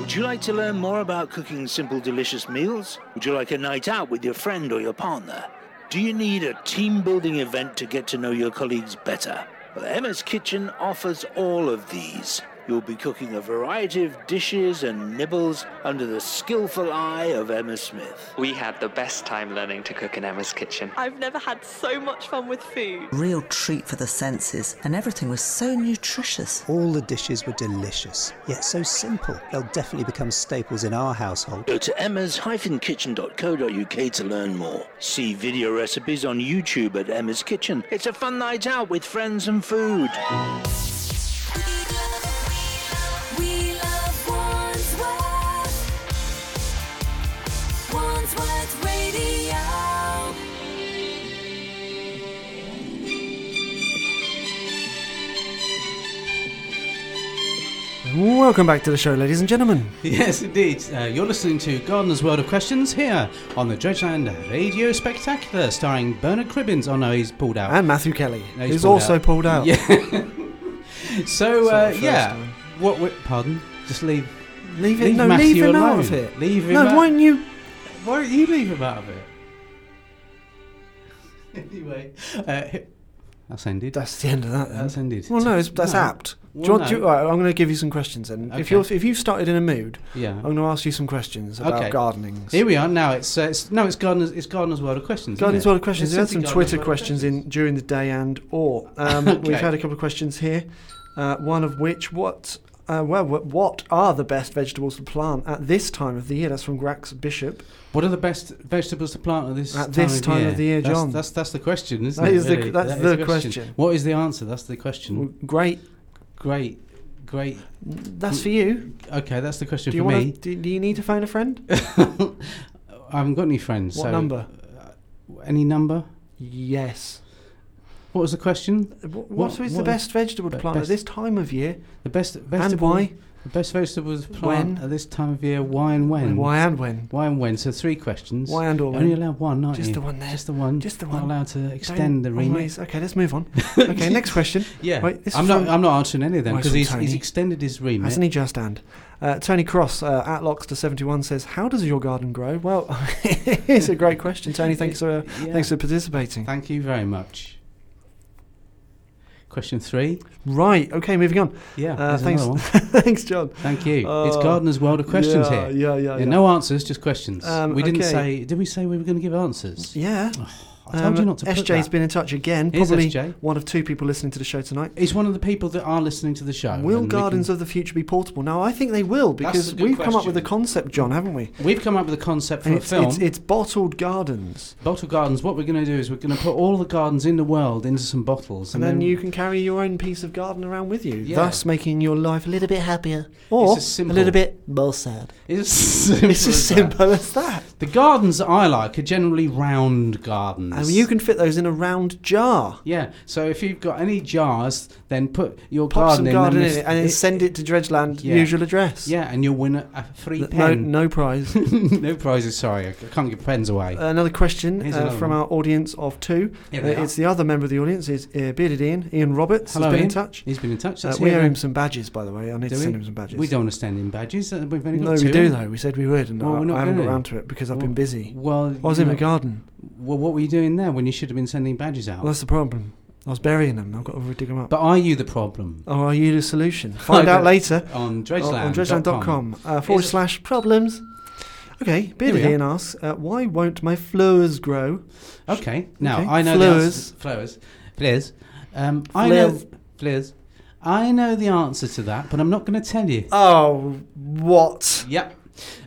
Speaker 11: Would you like to learn more about cooking simple, delicious meals? Would you like a night out with your friend or your partner? Do you need a team building event to get to know your colleagues better? Well, Emma's Kitchen offers all of these. You'll be cooking a variety of dishes and nibbles under the skillful eye of Emma Smith.
Speaker 12: We had the best time learning to cook in Emma's kitchen.
Speaker 13: I've never had so much fun with food.
Speaker 14: Real treat for the senses, and everything was so nutritious.
Speaker 15: All the dishes were delicious, yet so simple. They'll definitely become staples in our household.
Speaker 11: Go to emmas-kitchen.co.uk to learn more. See video recipes on YouTube at Emma's Kitchen. It's a fun night out with friends and food.
Speaker 5: We love Wandsworth. Wandsworth Radio.
Speaker 1: Welcome back to the show, ladies and gentlemen.
Speaker 2: Yes, indeed. Uh, you're listening to Gardener's World of Questions here on the Dredgeland Radio Spectacular, starring Bernard Cribbins. Oh no, he's pulled out.
Speaker 1: And Matthew Kelly,
Speaker 2: No,
Speaker 1: who's also pulled out.
Speaker 2: Yeah. so uh,
Speaker 1: first
Speaker 2: yeah,
Speaker 1: time.
Speaker 2: what? We, pardon? Just leave.
Speaker 1: Leave it.
Speaker 2: Leave
Speaker 1: no,
Speaker 2: Matthew
Speaker 1: leave him
Speaker 2: alone.
Speaker 1: out of it.
Speaker 2: Leave him
Speaker 1: No,
Speaker 2: out.
Speaker 1: why don't you?
Speaker 2: Why don't you leave him out of it? anyway, uh, hi- that's ended.
Speaker 1: That's the end of that. Then.
Speaker 2: That's ended.
Speaker 1: Well, no, it's, that's
Speaker 2: No.
Speaker 1: apt. Do you
Speaker 2: Well,
Speaker 1: want, do you,
Speaker 2: no.
Speaker 1: all right, I'm going to give you some questions then. If
Speaker 2: Okay.
Speaker 1: you're if you've started in a mood,
Speaker 2: yeah.
Speaker 1: I'm going to ask you some questions about
Speaker 2: Okay.
Speaker 1: gardening.
Speaker 2: Here we are. Now it's, uh, it's no, it's gardeners. It's gardeners' world of questions. isn't
Speaker 1: Guardian's
Speaker 2: it?
Speaker 1: World of Questions.
Speaker 2: It's
Speaker 1: We had some
Speaker 2: simply
Speaker 1: Twitter
Speaker 2: Gardeners' World of
Speaker 1: questions
Speaker 2: Questions.
Speaker 1: in during the day and or. Um,
Speaker 2: Okay.
Speaker 1: We've had a couple of questions here. Uh, one of which, what, uh, well, what, what are the best vegetables to plant at this time of the year? That's from Grax Bishop.
Speaker 2: What are the best vegetables to plant at this time
Speaker 1: At this
Speaker 2: of
Speaker 1: time
Speaker 2: year?
Speaker 1: of the year, John.
Speaker 2: That's, that's that's the question, isn't
Speaker 1: That
Speaker 2: it?
Speaker 1: is the-
Speaker 2: really?
Speaker 1: that's
Speaker 2: That is
Speaker 1: the question.
Speaker 2: What is the answer? That's the question.
Speaker 1: Great.
Speaker 2: Great, great.
Speaker 1: That's for you.
Speaker 2: Okay, that's the question
Speaker 1: Do you
Speaker 2: for
Speaker 1: want?
Speaker 2: me.
Speaker 1: to Do, do you need to phone a friend?
Speaker 2: I haven't got any friends.
Speaker 1: What
Speaker 2: so uh,
Speaker 1: number?
Speaker 2: Any number?
Speaker 1: Yes.
Speaker 2: What was the question?
Speaker 1: What, what,
Speaker 2: What-
Speaker 1: is the
Speaker 2: what-
Speaker 1: best vegetable to
Speaker 2: be-
Speaker 1: plant at
Speaker 2: best-
Speaker 1: this time of year?
Speaker 2: The best vegetable.
Speaker 1: why?
Speaker 2: The best vegetables to plant
Speaker 1: When?
Speaker 2: at this time of year. Why and when?
Speaker 1: Why and when?
Speaker 2: Why and when? So three questions.
Speaker 1: Why and or
Speaker 2: Only
Speaker 1: when?
Speaker 2: allowed one, aren't
Speaker 1: Just
Speaker 2: you?
Speaker 1: the one there.
Speaker 2: Just the one.
Speaker 1: Just the
Speaker 2: Not
Speaker 1: one.
Speaker 2: allowed to extend the
Speaker 1: Don't
Speaker 2: remit.
Speaker 1: always- Okay, let's move on. okay, next question.
Speaker 2: Yeah,
Speaker 1: Wait, this
Speaker 2: I'm
Speaker 1: is
Speaker 2: not.
Speaker 1: from-
Speaker 2: I'm not answering any of them
Speaker 1: Nice
Speaker 2: because
Speaker 1: one,
Speaker 2: he's, he's
Speaker 1: Tony.
Speaker 2: extended his remit.
Speaker 1: Hasn't he just and? Uh, Tony Cross uh, at Lockster71 says, "How does your garden grow?" Well, it's a great question, Tony. Thanks for uh,
Speaker 2: Yeah.
Speaker 1: thanks for participating.
Speaker 2: Thank you very much. Question three.
Speaker 1: right, okay, moving on.
Speaker 2: Yeah,
Speaker 1: Uh,
Speaker 2: there's
Speaker 1: thanks,
Speaker 2: another one.
Speaker 1: thanks, John.
Speaker 2: Thank you. it's
Speaker 1: Uh,
Speaker 2: Gardener's World of Questions
Speaker 1: yeah,
Speaker 2: here.
Speaker 1: Yeah, yeah,
Speaker 2: There
Speaker 1: yeah.
Speaker 2: are No answers, just questions.
Speaker 1: Um,
Speaker 2: we didn't
Speaker 1: okay.
Speaker 2: say. Did we say we were going to give answers? Oh,
Speaker 1: yeah.
Speaker 2: I told you not to put
Speaker 1: SJ's
Speaker 2: that.
Speaker 1: been in touch again.
Speaker 2: Here's
Speaker 1: Probably
Speaker 2: SJ.
Speaker 1: one of two people listening to the show tonight.
Speaker 2: He's one of the people that are listening to the show.
Speaker 1: Will
Speaker 2: and we
Speaker 1: Gardens
Speaker 2: can-
Speaker 1: of the Future be portable? Now, I think they will
Speaker 2: That's
Speaker 1: because
Speaker 2: a good
Speaker 1: we've come up
Speaker 2: question.
Speaker 1: with a concept, John, haven't we?
Speaker 2: We've come up with a concept for a
Speaker 1: And it's,
Speaker 2: film.
Speaker 1: it's, it's bottled gardens.
Speaker 2: Bottle gardens. What we're going to do is we're going to put all the gardens in the world into some bottles,
Speaker 1: And then you can carry your own piece of garden around with you,
Speaker 2: Yeah.
Speaker 1: thus making your life a little bit happier or
Speaker 2: as
Speaker 1: a
Speaker 2: simple-
Speaker 1: little bit more sad.
Speaker 2: It's simple
Speaker 1: It's as simple as that.
Speaker 2: The gardens that I like are generally round gardens.
Speaker 1: And Oh, you can fit those in a round jar.
Speaker 2: Yeah. So if you've got any jars, then put your
Speaker 1: Pop
Speaker 2: garden
Speaker 1: some
Speaker 2: in,
Speaker 1: garden
Speaker 2: and
Speaker 1: in it and then send it to Dredgeland,
Speaker 2: Yeah.
Speaker 1: usual address.
Speaker 2: Yeah, and you'll win a, a free
Speaker 1: Th- no,
Speaker 2: pen.
Speaker 1: no prize.
Speaker 2: no prizes. Sorry, I c- can't give pens away.
Speaker 1: Another question
Speaker 2: Here's
Speaker 1: uh,
Speaker 2: another
Speaker 1: from
Speaker 2: one.
Speaker 1: our audience of two. Uh,
Speaker 2: Here they are.
Speaker 1: it's the other member of the audience, is uh, Bearded Ian. Ian Roberts
Speaker 2: Hello,
Speaker 1: has been
Speaker 2: Ian.
Speaker 1: in touch.
Speaker 2: He's been in touch.
Speaker 1: Uh,
Speaker 2: Let's
Speaker 1: we
Speaker 2: hear
Speaker 1: owe him
Speaker 2: him.
Speaker 1: some badges, by the way. I need
Speaker 2: Do
Speaker 1: to
Speaker 2: we?
Speaker 1: send him some badges.
Speaker 2: We don't want to send him badges. uh, We've only got
Speaker 1: no,
Speaker 2: two.
Speaker 1: we do though. We said we would, and
Speaker 2: Well,
Speaker 1: I,
Speaker 2: we're not
Speaker 1: I haven't got
Speaker 2: gonna.
Speaker 1: around to it because I've been
Speaker 2: Well-
Speaker 1: busy.
Speaker 2: Well,
Speaker 1: I was
Speaker 2: you
Speaker 1: in the
Speaker 2: know-
Speaker 1: garden.
Speaker 2: Well, what were you doing there when you should have been sending badges out?
Speaker 1: Well, that's the problem. I was burying them. I've got to dig them up.
Speaker 2: but are you the problem?
Speaker 1: Or Oh, are you the solution? Find out later
Speaker 2: on
Speaker 1: on
Speaker 2: dredgeland.com.
Speaker 1: dredgeland.com uh, forward
Speaker 2: Is-
Speaker 1: slash problems. Okay,
Speaker 2: Here
Speaker 1: Bearded
Speaker 2: we are.
Speaker 1: Ian asks, uh, why won't my flowers grow?
Speaker 2: Okay. Now
Speaker 1: Okay,
Speaker 2: I know
Speaker 1: flowers.
Speaker 2: the answer. Flowers. Flowers. Um, I know.
Speaker 1: Flowers.
Speaker 2: Flowers. I know the answer to that, but I'm not going to tell you.
Speaker 1: Oh, what?
Speaker 2: Yep.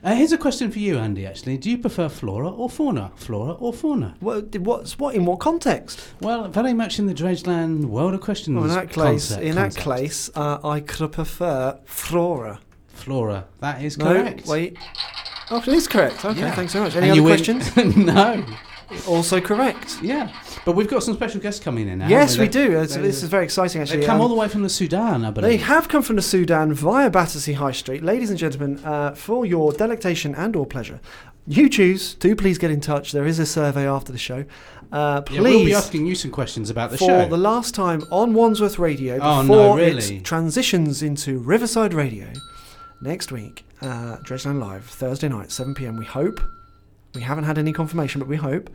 Speaker 2: Uh, here's a question for you, Andy. Actually, do you prefer flora or fauna? Flora or fauna?
Speaker 1: What? What's what? In what context?
Speaker 2: Well, very much in the Dredgeland world of questions.
Speaker 1: Well, in that case,
Speaker 2: concept-
Speaker 1: in
Speaker 2: concept.
Speaker 1: that case, uh, I could prefer flora.
Speaker 2: flora. That is
Speaker 1: No,
Speaker 2: correct.
Speaker 1: wait. Oh, it is correct. Okay,
Speaker 2: Yeah.
Speaker 1: thanks very much. Any
Speaker 2: And you
Speaker 1: other
Speaker 2: win-
Speaker 1: questions?
Speaker 2: no.
Speaker 1: Also correct.
Speaker 2: Yeah, but we've got some special guests coming in now.
Speaker 1: yes, we
Speaker 2: haven't
Speaker 1: do.
Speaker 2: They-
Speaker 1: It's-
Speaker 2: they-
Speaker 1: this is very exciting, actually.
Speaker 2: They come
Speaker 1: Um,
Speaker 2: all the way from the Sudan, I
Speaker 1: They
Speaker 2: believe.
Speaker 1: have come from the Sudan via Battersea High Street. Ladies and gentlemen, uh, for your delectation and or pleasure, you choose. Do please get in touch. There is a survey after the show. Uh, please.
Speaker 2: Yeah, we'll be asking you some questions about the
Speaker 1: for
Speaker 2: show.
Speaker 1: the last time on Wandsworth Radio
Speaker 2: Oh,
Speaker 1: before
Speaker 2: no, really?
Speaker 1: it transitions into Riverside Radio next week, uh, Dredgeland Live, Thursday night, 7 pm. We hope. We haven't had any confirmation, but we hope.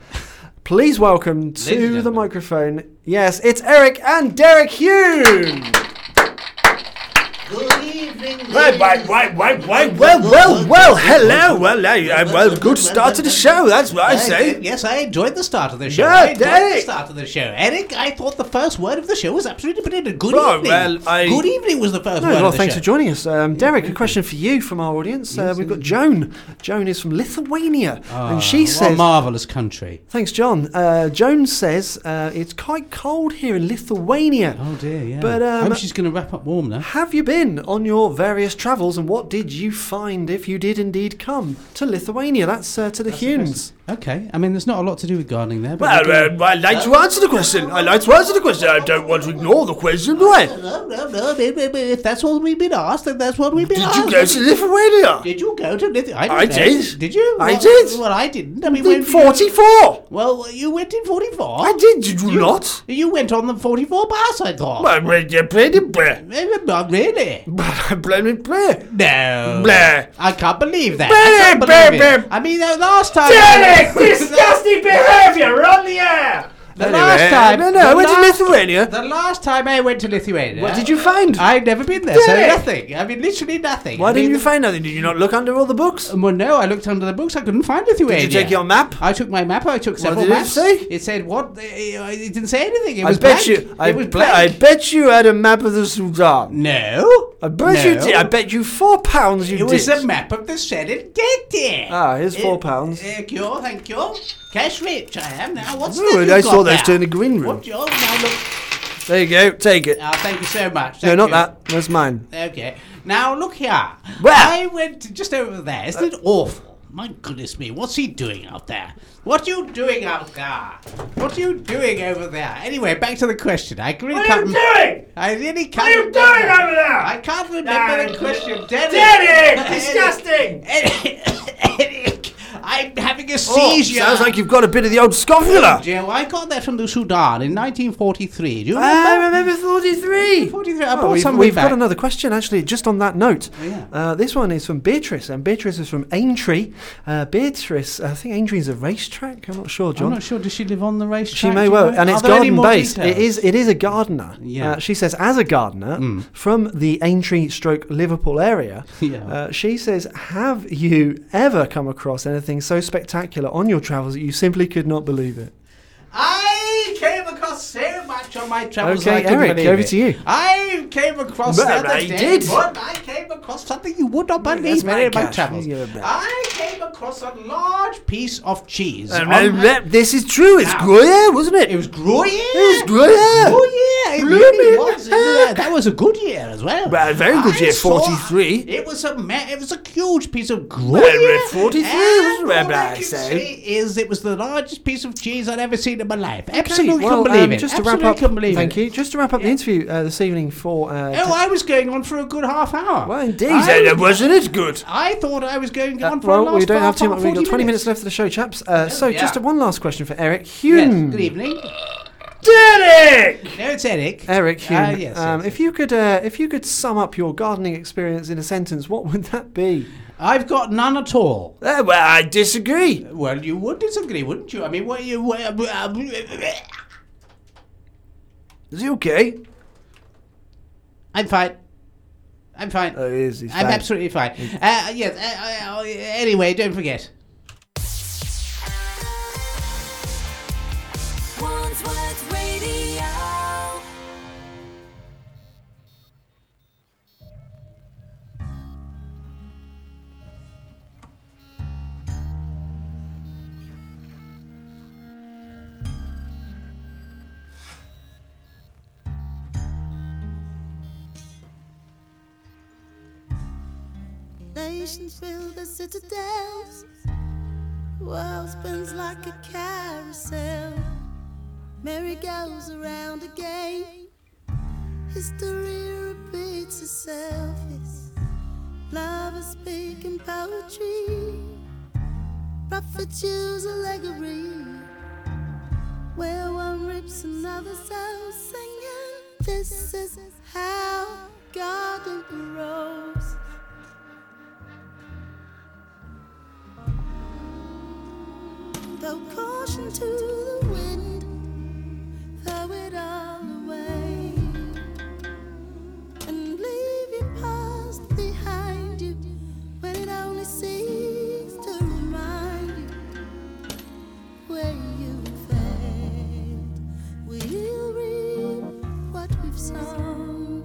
Speaker 1: Please welcome
Speaker 2: and
Speaker 1: to the microphone. Yes, it's Eric and Derek Hume.
Speaker 16: Well, well, well, well, well, well, well, well, hello, well, I, I, well, good start to the show, that's what I say.
Speaker 2: Uh, Yes, I enjoyed the start of the show.
Speaker 16: Yeah,
Speaker 2: I enjoyed the
Speaker 16: Derek.
Speaker 2: start of the show. Eric, I thought the first word of the show was absolutely brilliant. Good
Speaker 16: Oh,
Speaker 2: evening.
Speaker 16: well, I-
Speaker 2: Good evening was the first
Speaker 1: No,
Speaker 2: word
Speaker 1: well,
Speaker 2: of the
Speaker 1: thanks
Speaker 2: show.
Speaker 1: for joining us. Um, Derek, a question for you from our audience. uh, we've got Joan. Joan is from Lithuania,
Speaker 2: Ah,
Speaker 1: and she
Speaker 2: what a
Speaker 1: says...
Speaker 2: marvellous country.
Speaker 1: Thanks, John. Uh, Joan says uh, it's quite cold here in Lithuania.
Speaker 2: Oh dear, yeah.
Speaker 1: But um,
Speaker 2: Hope she's going to wrap up warm now.
Speaker 1: have you been on your various travels, and what did you find if you did indeed come to Lithuania? That's uh, to the Humes.
Speaker 2: Okay, I mean, there's not a lot to do with gardening there. But
Speaker 16: Well, well, I like to answer the question, I like to answer the question, I don't want to ignore the question, do I?
Speaker 2: No, no, no. If, if- if that's what we've been asked, then that's what we've been
Speaker 16: Did
Speaker 2: asked.
Speaker 16: you go to Lithuania?
Speaker 2: Did you go to Lithuania?
Speaker 16: I did.
Speaker 2: Did you?
Speaker 16: I
Speaker 2: Well,
Speaker 16: did.
Speaker 2: Well, I didn't. I mean,
Speaker 16: In
Speaker 2: when did you-
Speaker 16: 44!
Speaker 2: Well, you went in 44.
Speaker 16: I did, did you not?
Speaker 2: You went on the 44 bus, I
Speaker 1: Oh.
Speaker 2: thought.
Speaker 16: Well, well, you played it, bleh.
Speaker 2: Eh, Not really.
Speaker 16: I played it, bleh.
Speaker 2: No.
Speaker 16: Bleh.
Speaker 2: I can't believe that.
Speaker 16: Bleh,
Speaker 2: I can't
Speaker 16: bleh,
Speaker 2: believe it. uh, I mean, the last time.
Speaker 16: Derek, disgusting behaviour, we're on the air!
Speaker 2: The
Speaker 16: Anyway,
Speaker 2: last time.
Speaker 16: no, no, I
Speaker 2: the
Speaker 16: went to
Speaker 2: last-
Speaker 16: Lithuania.
Speaker 2: The last time I went to Lithuania.
Speaker 16: What did you find?
Speaker 2: I'd never been there, so
Speaker 16: Derek!
Speaker 2: nothing. I mean, literally nothing.
Speaker 16: Why
Speaker 2: I
Speaker 16: didn't
Speaker 2: mean, Uh,
Speaker 16: you find nothing? Did you not look under all the books?
Speaker 2: Well, no, I looked under the books. I couldn't find Lithuania.
Speaker 16: Did you take your map?
Speaker 2: I took my map. I took several
Speaker 16: did it
Speaker 2: maps.
Speaker 16: say?
Speaker 2: It said what? It didn't say anything. It
Speaker 16: I
Speaker 2: was
Speaker 16: bet
Speaker 2: blank.
Speaker 16: you. I,
Speaker 2: it was
Speaker 16: bet-
Speaker 2: blank.
Speaker 16: I bet you had a map of the Sudan.
Speaker 2: No.
Speaker 16: I bet you
Speaker 2: No.
Speaker 16: did. I bet you four pounds you
Speaker 2: it
Speaker 16: did.
Speaker 2: was a map of the Shannon Gate.
Speaker 16: Ah, here's four pounds.
Speaker 2: Eh, Thank you, thank you. Cash rich I am now. What's
Speaker 16: Oh,
Speaker 2: that?
Speaker 16: I
Speaker 2: you
Speaker 16: saw
Speaker 2: got
Speaker 16: those
Speaker 2: there?
Speaker 16: turn the green room.
Speaker 2: What you now look?
Speaker 16: There you go. Take it.
Speaker 2: Ah, thank you so much.
Speaker 16: no,
Speaker 2: thank
Speaker 16: not
Speaker 2: you.
Speaker 16: that. That's mine.
Speaker 2: Okay. Now look here.
Speaker 16: Where?
Speaker 2: I went to- just over there. Isn't it awful? My goodness me, what's he doing out there? What are you doing out there? What are you doing over there? Anyway, back to the question. I really
Speaker 16: What are
Speaker 2: can't
Speaker 16: you
Speaker 2: rem-
Speaker 16: doing?
Speaker 2: I really can't
Speaker 16: What are you
Speaker 2: remember.
Speaker 16: doing over there?
Speaker 2: I can't remember
Speaker 16: Ah,
Speaker 2: the question, Derek.
Speaker 16: Derek, disgusting.
Speaker 2: Eric, Eric, I'm having
Speaker 1: Oh,
Speaker 2: a seizure.
Speaker 16: Oh, sounds like you've got a bit of the old scovula.
Speaker 2: Oh, Joe, I got that from the Sudan in 1943. Do you remember?
Speaker 1: I remember 43.
Speaker 2: 43. I
Speaker 1: Oh,
Speaker 2: bought
Speaker 1: we've
Speaker 2: some
Speaker 1: we've
Speaker 2: back. Oh,
Speaker 1: got another question, actually, just on that note.
Speaker 2: Yeah.
Speaker 1: Uh, this one is from Beatrice, and Beatrice is from Aintree. Uh, Beatrice, I think Aintree is a racetrack. I'm not sure, John.
Speaker 2: I'm not sure. Does she live on the racetrack?
Speaker 1: She
Speaker 2: Do
Speaker 1: may
Speaker 2: you
Speaker 1: well,
Speaker 2: know?
Speaker 1: and
Speaker 2: Are
Speaker 1: it's
Speaker 2: there any
Speaker 1: garden
Speaker 2: more
Speaker 1: based. It
Speaker 2: details?
Speaker 1: is. It is a gardener.
Speaker 2: Yeah. Hmm.
Speaker 1: Uh, she says, as a gardener from the Aintree stroke Liverpool area.
Speaker 2: Yeah.
Speaker 1: Uh, she says, have you ever come across anything so spectacular on your travels that you simply could not believe it?
Speaker 16: I came across so much on my travels.
Speaker 1: Okay,
Speaker 16: I couldn't
Speaker 1: Eric,
Speaker 16: believe
Speaker 1: over
Speaker 16: it.
Speaker 1: to you.
Speaker 16: I came across
Speaker 1: Well,
Speaker 16: the other
Speaker 1: I
Speaker 16: day,
Speaker 1: did.
Speaker 16: but I came across something you would not believe
Speaker 1: my
Speaker 16: in my
Speaker 1: gosh,
Speaker 16: travels.
Speaker 1: you're a bit-
Speaker 16: I came across a large piece of cheese.
Speaker 2: Um,
Speaker 16: on
Speaker 2: um,
Speaker 16: my-
Speaker 2: that- this is true. It's Gruyere, wasn't it? It was
Speaker 16: Gruyere.
Speaker 2: It was Gruyere.
Speaker 16: Oh yeah, it really was. Yeah, that was a good year as well.
Speaker 2: Well, a very good
Speaker 16: I
Speaker 2: year,
Speaker 16: saw-
Speaker 2: 43.
Speaker 16: It was a ma- it was a huge piece of
Speaker 2: Well,
Speaker 16: gruyere.
Speaker 2: red 43 was
Speaker 16: and
Speaker 2: red,
Speaker 16: all I
Speaker 2: I
Speaker 16: can
Speaker 2: say.
Speaker 16: say is it was the largest piece of cheese I'd ever seen in my life. Absolutely
Speaker 1: well,
Speaker 16: couldn't believe
Speaker 1: um,
Speaker 16: it.
Speaker 1: Just
Speaker 16: Absolutely
Speaker 1: to wrap up,
Speaker 16: couldn't believe
Speaker 1: thank
Speaker 16: it.
Speaker 1: you. Just to wrap up the interview uh, this evening for. Uh,
Speaker 16: Oh, I was going on for a good half hour. Well,
Speaker 1: indeed, uh, wasn't it good?
Speaker 16: I thought I was going
Speaker 1: Uh,
Speaker 16: on for a
Speaker 1: well,
Speaker 16: last
Speaker 1: we don't have
Speaker 16: half
Speaker 1: too
Speaker 16: hour,
Speaker 1: much. We've got
Speaker 16: 40
Speaker 1: 20 minutes left of the show, chaps. Uh, so,
Speaker 16: yeah.
Speaker 1: just one last question for Eric
Speaker 16: Yes,
Speaker 1: Hume.
Speaker 16: good evening.
Speaker 1: Derek!
Speaker 16: No, it's Eric.
Speaker 1: Eric Hume.
Speaker 16: Ah, yes,
Speaker 1: um, If you could, uh, if you could sum up your gardening experience in a sentence, what would that be?
Speaker 16: I've got none at all.
Speaker 1: Eh,
Speaker 2: well, I disagree.
Speaker 16: Well, you would disagree, wouldn't you? I mean, what you? What, uh,
Speaker 2: Is he okay?
Speaker 16: I'm fine. I'm fine. Oh,
Speaker 2: he is. He's
Speaker 16: I'm
Speaker 2: fine.
Speaker 16: absolutely fine.
Speaker 1: Mm.
Speaker 16: Uh, yes. Uh, uh, uh, anyway, don't forget.
Speaker 17: Wandsworth Radio.
Speaker 18: Nations fill the citadels. World spins like a carousel. Mary goes around again. History repeats itself. It's lovers speaking poetry. Prophets use allegory. Where one rips another's out singing. This is how garden grows. Throw caution to the wind, throw it all away, and leave your past behind you when it only seems to remind you where you failed. We'll reap what we've sown,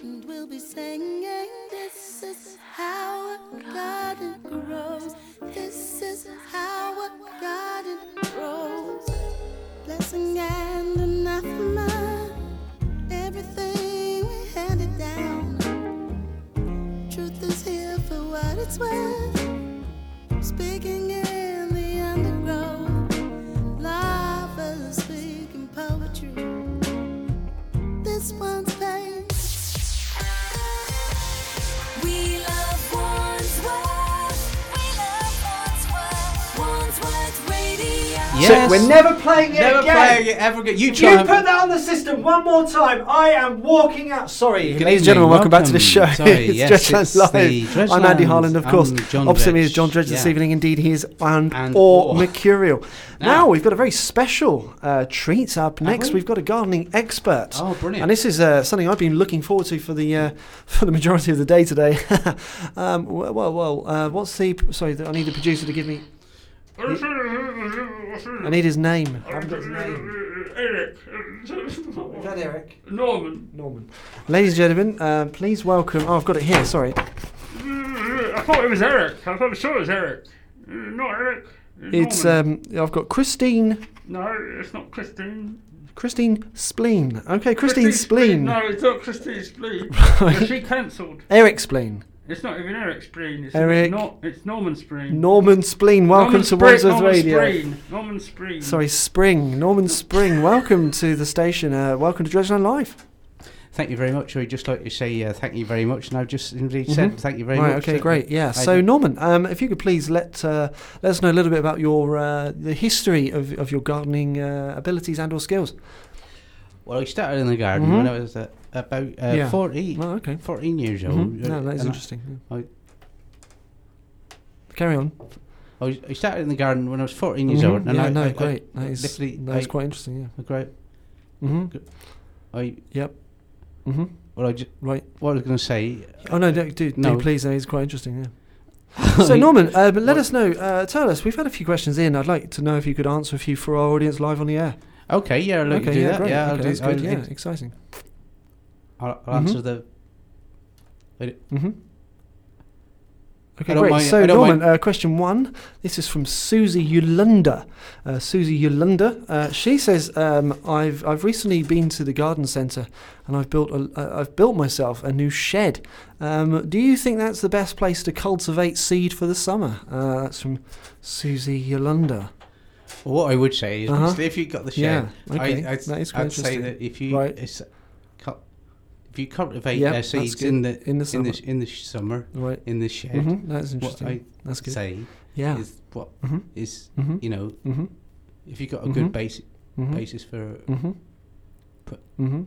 Speaker 18: and we'll be singing. This is how a garden grows. This is how a garden grows. Blessing and anathema, everything we handed down. Truth is here for what it's worth. Speaking in the undergrowth, lovers speaking poetry. This one's pain.
Speaker 17: We love Wandsworth. We love Wandsworth. Wandsworth Radio.
Speaker 16: Yes.
Speaker 1: we're never playing it
Speaker 16: Never
Speaker 1: again.
Speaker 16: playing it ever again. You
Speaker 1: If
Speaker 16: try
Speaker 1: You
Speaker 16: and-
Speaker 1: put that on the system one more time. I am walking out. Sorry,
Speaker 16: Good
Speaker 1: ladies
Speaker 16: evening,
Speaker 1: and gentlemen. Welcome, back to the show.
Speaker 16: welcome. Sorry,
Speaker 1: it's
Speaker 16: yes,
Speaker 1: Dredgeland
Speaker 16: it's the
Speaker 1: Live. I'm Andy
Speaker 16: Dredgeland.
Speaker 1: Harland, of
Speaker 16: I'm
Speaker 1: course.
Speaker 16: John
Speaker 1: Opposite me
Speaker 16: Dredge.
Speaker 1: is John Dredge this
Speaker 16: Yeah.
Speaker 1: evening. Indeed, he is and,
Speaker 16: And
Speaker 1: or,
Speaker 16: or.
Speaker 1: mercurial. Now, we've got a very special uh, treat up next.
Speaker 16: we?
Speaker 1: We've got a gardening expert.
Speaker 16: Oh, brilliant.
Speaker 1: And this is uh, something I've been looking forward to for the uh, for the majority of the day today. um, well, well, well uh, what's the? Sorry, I need the producer to give me. I need his name. I haven't got his name.
Speaker 19: Eric.
Speaker 1: Is that Eric?
Speaker 19: Norman.
Speaker 1: Norman. Ladies and gentlemen, uh, please welcome. Oh, I've got it here. Sorry.
Speaker 19: I thought it was Eric. I thought sure it was Eric. Uh, Not Eric. Uh,
Speaker 1: It's uh,
Speaker 19: Norman.
Speaker 1: um, I've got Christine.
Speaker 19: No, it's not Christine.
Speaker 1: Christine Spleen. Okay, Christine, Spleen.
Speaker 19: No, it's not Christine Spleen. She cancelled.
Speaker 1: Eric Spleen.
Speaker 19: It's not even Eric Spleen. It's
Speaker 1: Eric.
Speaker 19: Not, it's Norman Spleen.
Speaker 1: Norman Spleen. Welcome
Speaker 19: Norman
Speaker 1: to
Speaker 19: Spring-
Speaker 1: Wandsworth
Speaker 19: Norman
Speaker 1: Radio.
Speaker 19: Spring, Norman Spring.
Speaker 1: Sorry, Spring. Norman Spring. welcome to the station. Uh, welcome to Dredgeland Live.
Speaker 16: Thank you very much. I'd just like to say uh, thank you very much, and I've just indeed
Speaker 1: Mhm.
Speaker 16: said thank you very
Speaker 1: right,
Speaker 16: much.
Speaker 1: Okay,
Speaker 16: Uh,
Speaker 1: great. Yeah.
Speaker 16: I
Speaker 1: so
Speaker 16: do.
Speaker 1: Norman, um, if you could please let uh, let us know a little bit about your uh, the history of, of your gardening uh, abilities and or skills.
Speaker 16: Well, I started in the garden
Speaker 1: Mhm.
Speaker 16: when I was uh, about uh,
Speaker 1: Yeah.
Speaker 16: 40, 14 years old.
Speaker 1: Mhm. No, that is
Speaker 16: And I-
Speaker 1: interesting,
Speaker 16: I,
Speaker 1: Carry on.
Speaker 16: I, was, I started in the garden when I was 14 years
Speaker 1: Mhm.
Speaker 16: old. And
Speaker 1: yeah,
Speaker 16: I,
Speaker 1: no,
Speaker 16: I,
Speaker 1: great.
Speaker 16: I,
Speaker 1: that is,
Speaker 16: literally,
Speaker 1: that is
Speaker 16: I-
Speaker 1: quite interesting. Yeah.
Speaker 16: Great.
Speaker 1: Mhm.
Speaker 16: I,
Speaker 1: yep. Mm-hmm.
Speaker 16: Well, I just,
Speaker 1: right.
Speaker 16: What I was going to say.
Speaker 1: Oh no, do, do, do
Speaker 16: No.
Speaker 1: please. That is quite interesting. Yeah. So Norman, uh, but let us know. Uh, tell us. We've had a few questions in. I'd like to know if you could answer a few for our audience live on the air.
Speaker 2: Okay, yeah, I'll let you do that.
Speaker 1: great.
Speaker 2: Yeah, I'll
Speaker 1: okay,
Speaker 2: do-
Speaker 1: that's good.
Speaker 2: I'll-
Speaker 1: yeah,
Speaker 2: it-
Speaker 1: exciting.
Speaker 2: I'll, I'll
Speaker 1: Mhm.
Speaker 2: answer the.
Speaker 1: Mm-hmm. Okay,
Speaker 2: I don't
Speaker 1: great.
Speaker 2: mind-
Speaker 1: so,
Speaker 2: I don't
Speaker 1: Norman,
Speaker 2: mind-
Speaker 1: uh, question one. This is from Susie Yolanda. Uh, Susie Yolanda. Uh, she says, um, "I've I've recently been to the garden centre, and I've built a, uh, I've built myself a new shed. Um, do you think that's the best place to cultivate seed for the summer?" Uh, that's from Susie Yolanda.
Speaker 2: What I would say is,
Speaker 1: Uh-huh.
Speaker 2: if you've got the
Speaker 1: Yeah,
Speaker 2: shed,
Speaker 1: okay.
Speaker 2: I, I'd,
Speaker 1: That is quite
Speaker 2: I'd say
Speaker 1: interesting.
Speaker 2: that if you it's, cul- if you cultivate
Speaker 1: Yeah,
Speaker 2: their
Speaker 1: that's
Speaker 2: seeds
Speaker 1: good.
Speaker 2: in the
Speaker 1: In the
Speaker 2: in
Speaker 1: summer.
Speaker 2: the, sh- in the sh- summer
Speaker 1: Right.
Speaker 2: in the shed,
Speaker 1: Mhm, that's interesting.
Speaker 2: What I
Speaker 1: That's good.
Speaker 2: Say,
Speaker 1: Yeah.
Speaker 2: is what is
Speaker 1: Mhm. Mhm.
Speaker 2: you know,
Speaker 1: Mhm.
Speaker 2: if you've got a good
Speaker 1: Mhm.
Speaker 2: basic
Speaker 1: Mhm.
Speaker 2: basis for
Speaker 1: Mhm.
Speaker 2: put,
Speaker 1: Mm-hmm.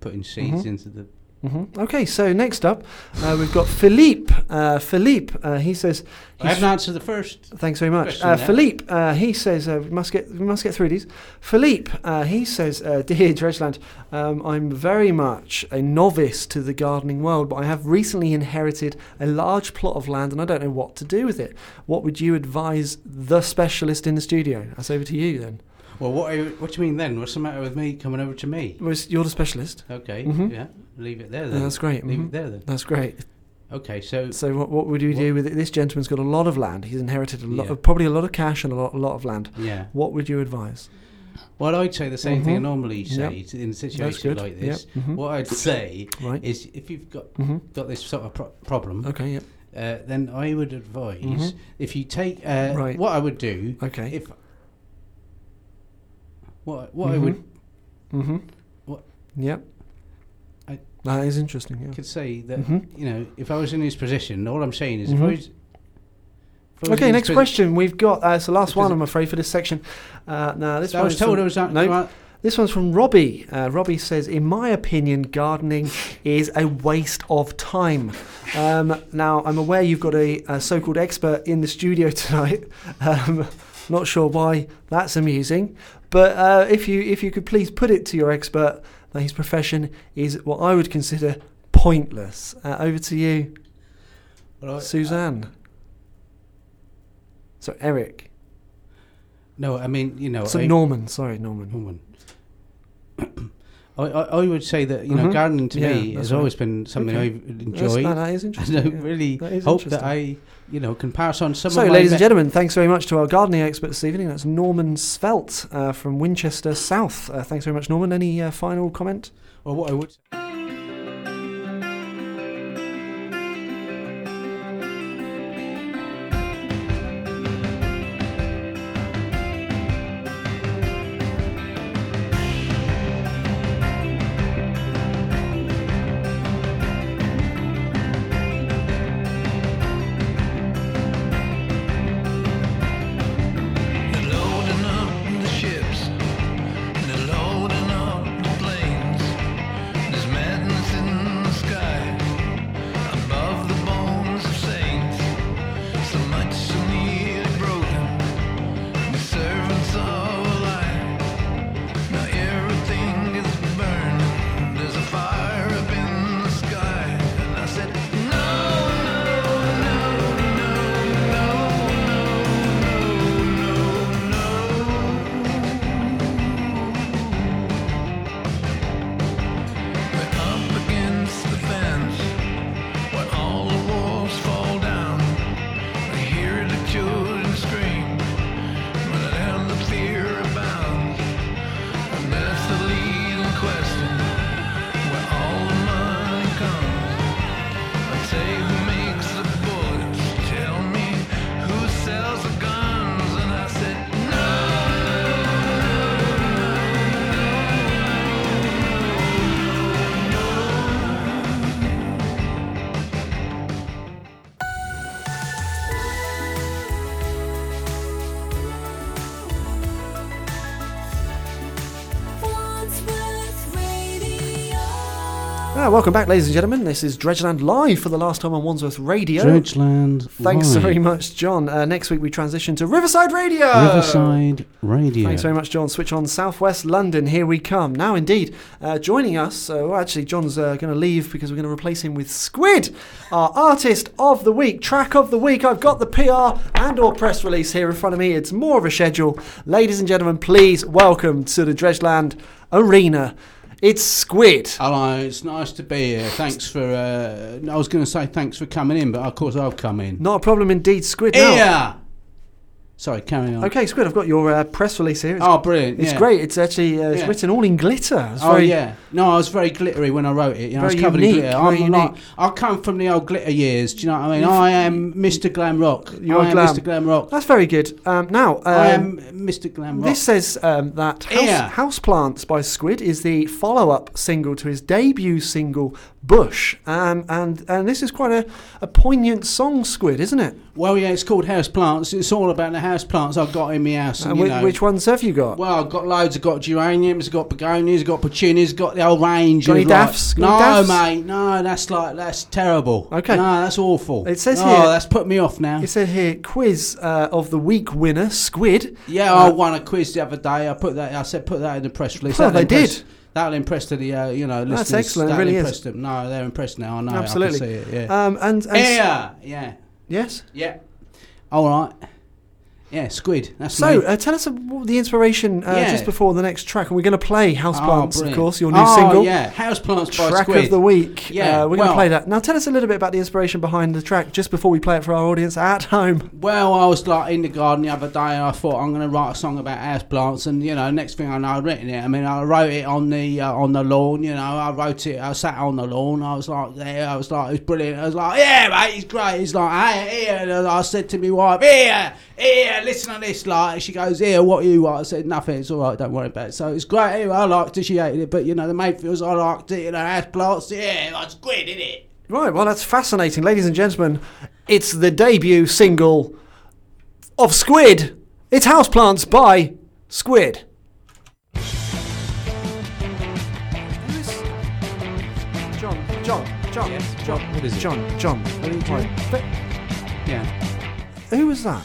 Speaker 2: putting seeds
Speaker 1: Mhm.
Speaker 2: into the
Speaker 1: hmm Okay, so next up, uh, we've got Philippe. Uh, Philippe, uh, he says.
Speaker 2: I haven't answered the first
Speaker 1: Thanks very much.
Speaker 2: question
Speaker 1: Uh,
Speaker 2: there.
Speaker 1: Philippe, uh, he says, uh, we, must get, we must get through these. Philippe, uh, he says, uh, Dear Dredgeland, um, I'm very much a novice to the gardening world, but I have recently inherited a large plot of land and I don't know what to do with it. What would you advise the specialist in the studio? That's over to you then.
Speaker 2: Well, what, I- what do you mean then? What's the matter with me coming over to me?
Speaker 1: Well, it's- you're the specialist.
Speaker 2: Okay,
Speaker 1: Mhm.
Speaker 2: yeah. Leave it there
Speaker 1: Yeah,
Speaker 2: then.
Speaker 1: that's great.
Speaker 2: Leave
Speaker 1: mhm.
Speaker 2: it there then.
Speaker 1: That's great.
Speaker 2: Okay, so
Speaker 1: So what, what would you do with it? This gentleman's got a lot of land. He's inherited a lot,
Speaker 2: Yeah.
Speaker 1: of, probably a lot of cash and a lot, a lot of land.
Speaker 2: Yeah.
Speaker 1: What would you advise?
Speaker 2: well, I'd say the same thing I
Speaker 1: Mhm.
Speaker 2: normally say
Speaker 1: Yep.
Speaker 2: to- in a
Speaker 1: That's
Speaker 2: situation
Speaker 1: good.
Speaker 2: like this.
Speaker 1: Yep, mhm.
Speaker 2: What I'd say
Speaker 1: Right.
Speaker 2: is if you've got
Speaker 1: Mhm.
Speaker 2: got this sort of pro- problem,
Speaker 1: okay,
Speaker 2: uh, then I would advise
Speaker 1: Mhm.
Speaker 2: if you take uh,
Speaker 1: Right.
Speaker 2: what I would do.
Speaker 1: Okay.
Speaker 2: If what what I
Speaker 1: Mhm.
Speaker 2: would
Speaker 1: Mm-hmm.
Speaker 2: what
Speaker 1: Yep.
Speaker 2: I-
Speaker 1: that is interesting. Yeah.
Speaker 2: could say that
Speaker 1: Mhm.
Speaker 2: you know if I was in his position, all I'm saying is if I
Speaker 1: Mhm.
Speaker 2: was, if I was in
Speaker 1: Okay,
Speaker 2: his
Speaker 1: next
Speaker 2: posi-
Speaker 1: question. We've got uh, it's the last one,
Speaker 2: Does it-
Speaker 1: I'm afraid, for this section. Uh, now this
Speaker 2: I was
Speaker 1: one's
Speaker 2: told
Speaker 1: from-
Speaker 2: it was that-
Speaker 1: nope.
Speaker 2: that-
Speaker 1: This one's from Robbie. Uh, Robbie says, "In my opinion, gardening is a waste of time." Um, now I'm aware you've got a, a so-called expert in the studio tonight. Um, not sure why that's amusing, but uh, if you if you could please put it to your expert that his profession is what I would consider pointless. Uh, over to you,
Speaker 2: Well, I- uh,
Speaker 1: Suzanne. so Eric.
Speaker 2: No, I mean you know.
Speaker 1: So
Speaker 2: I,
Speaker 1: Norman, sorry, Norman.
Speaker 2: Norman. I, I, I would say that you know
Speaker 1: Mhm.
Speaker 2: gardening to
Speaker 1: Yeah,
Speaker 2: me
Speaker 1: that's
Speaker 2: has
Speaker 1: right.
Speaker 2: always been something
Speaker 1: Okay.
Speaker 2: I've
Speaker 1: That's-
Speaker 2: enjoyed.
Speaker 1: that- that is interesting,
Speaker 2: And I
Speaker 1: yeah.
Speaker 2: really
Speaker 1: That is
Speaker 2: hope that I you know can pass on some
Speaker 1: so,
Speaker 2: of my
Speaker 1: ladies
Speaker 2: be-
Speaker 1: and gentlemen, thanks very much to our gardening expert this evening. That's Norman Svelt uh, from Winchester South. Uh, thanks very much, Norman. Any uh, final comment?
Speaker 2: Well, what I would.
Speaker 20: They're loading up the ships. They're loading up the planes. There's
Speaker 1: Ah, welcome back, ladies and gentlemen. This is Dredgeland Live for the last time on Wandsworth Radio.
Speaker 2: Dredgeland
Speaker 1: Thanks
Speaker 2: Live.
Speaker 1: very much, John. Uh, next week we transition to Riverside Radio.
Speaker 2: Riverside Radio.
Speaker 1: Thanks very much, John. Switch on Southwest London. Here we come. Now, indeed, uh, joining us. Uh, well, actually, John's uh, going to leave because we're going to replace him with Squid, our artist of the week, track of the week. I've got the PR and/or press release here in front of me. It's more of a schedule, ladies and gentlemen. Please welcome to the Dredgeland Arena. It's Squid.
Speaker 2: Hello, it's nice to be here. Thanks for. Uh, I was going to say thanks for coming in, but of course I've come in.
Speaker 1: Not a problem, indeed, Squid. now.
Speaker 2: Yeah. Sorry, carry on.
Speaker 1: Okay, Squid, I've got your uh, press release here. It's,
Speaker 2: Oh, brilliant,
Speaker 1: It's
Speaker 2: yeah.
Speaker 1: great. It's actually uh, it's
Speaker 2: Yeah.
Speaker 1: written all in glitter. It's
Speaker 2: Oh
Speaker 1: very-
Speaker 2: yeah. No, I was very glittery when I wrote it. You know, I was
Speaker 1: Very
Speaker 2: covered
Speaker 1: unique,
Speaker 2: in glitter.
Speaker 1: very
Speaker 2: I'm like, I come from the old glitter years. Do you know what I mean?
Speaker 1: You've-
Speaker 2: I am Mr. Glam Rock.
Speaker 1: You're
Speaker 2: I am
Speaker 1: glam.
Speaker 2: Mr. Glam Rock.
Speaker 1: That's very good. Um, now, um,
Speaker 2: I am Mr. Glam Rock.
Speaker 1: This says um, that House,
Speaker 2: Yeah.
Speaker 1: Houseplants by Squid is the follow-up single to his debut single Bush, um, and and this is quite a, a poignant song, Squid, isn't it? Uh,
Speaker 2: Well, yeah, it's called House Plants. It's all about the house plants I've got in my house.
Speaker 1: Uh,
Speaker 2: And, you
Speaker 1: whi-
Speaker 2: know,
Speaker 1: which ones have you got?
Speaker 2: Well, I've got loads. I've got geraniums, I've got begonias, I've got petunias, I've got the whole range.
Speaker 1: Got any
Speaker 2: of, like-
Speaker 1: daffs? Got
Speaker 2: No,
Speaker 1: any daffs?
Speaker 2: mate. No, that's like that's terrible.
Speaker 1: Okay.
Speaker 2: No, that's awful.
Speaker 1: It says
Speaker 2: No,
Speaker 1: here.
Speaker 2: Oh. that's put me off now.
Speaker 1: It said here quiz uh, of the week winner Squid.
Speaker 2: Yeah,
Speaker 1: Uh,
Speaker 2: I won a quiz the other day. I put that. I said put that in the press release.
Speaker 1: Oh,
Speaker 2: That'll
Speaker 1: they
Speaker 2: impress-
Speaker 1: did.
Speaker 2: That'll impress to the uh, you know listeners.
Speaker 1: That's excellent, it
Speaker 2: That'll
Speaker 1: really is.
Speaker 2: impress Them. No, they're impressed now. I know.
Speaker 1: Absolutely.
Speaker 2: I can see it. Yeah.
Speaker 1: Um, and, and s-
Speaker 2: yeah. Yeah.
Speaker 1: Yes.
Speaker 2: Yeah. All right. Yeah, squid. That's
Speaker 1: So,
Speaker 2: me.
Speaker 1: uh, tell us uh, the inspiration uh,
Speaker 2: Yeah.
Speaker 1: just before the next track, and we're going to play
Speaker 2: Oh,
Speaker 1: Houseplants, of
Speaker 2: brilliant.
Speaker 1: course, your new
Speaker 2: oh,
Speaker 1: single.
Speaker 2: Yeah, Houseplants by
Speaker 1: track
Speaker 2: Squid.
Speaker 1: of the week.
Speaker 2: Yeah,
Speaker 1: Uh, we're going to
Speaker 2: well-
Speaker 1: play that. Now, tell us a little bit about the inspiration behind the track just before we play it for our audience at home.
Speaker 2: Well, I was like in the garden the other day, and I thought I'm going to write a song about houseplants. And you know, next thing I know, I've written it. I mean, I wrote it on the uh, on the lawn. You know, I wrote it. I sat on the lawn. I was like there. I was like, it's brilliant. I was like, yeah, mate, it's great. It's like, hey, here. And I said to my wife, here, here, listen to this. Like, she goes, here, what you want? I said, nothing. It's all right. Don't worry about it. So it's great. Anyway, I liked it. She hated it, but you know, the Mayfields, I liked it. You know, houseplants. Yeah, that's great, isn't it?
Speaker 1: Right, well, that's fascinating. Ladies and gentlemen, it's the debut single of Squid. It's Houseplants by Squid. John, John, John, John. What is it? John, John.
Speaker 2: Yeah.
Speaker 1: Who was that?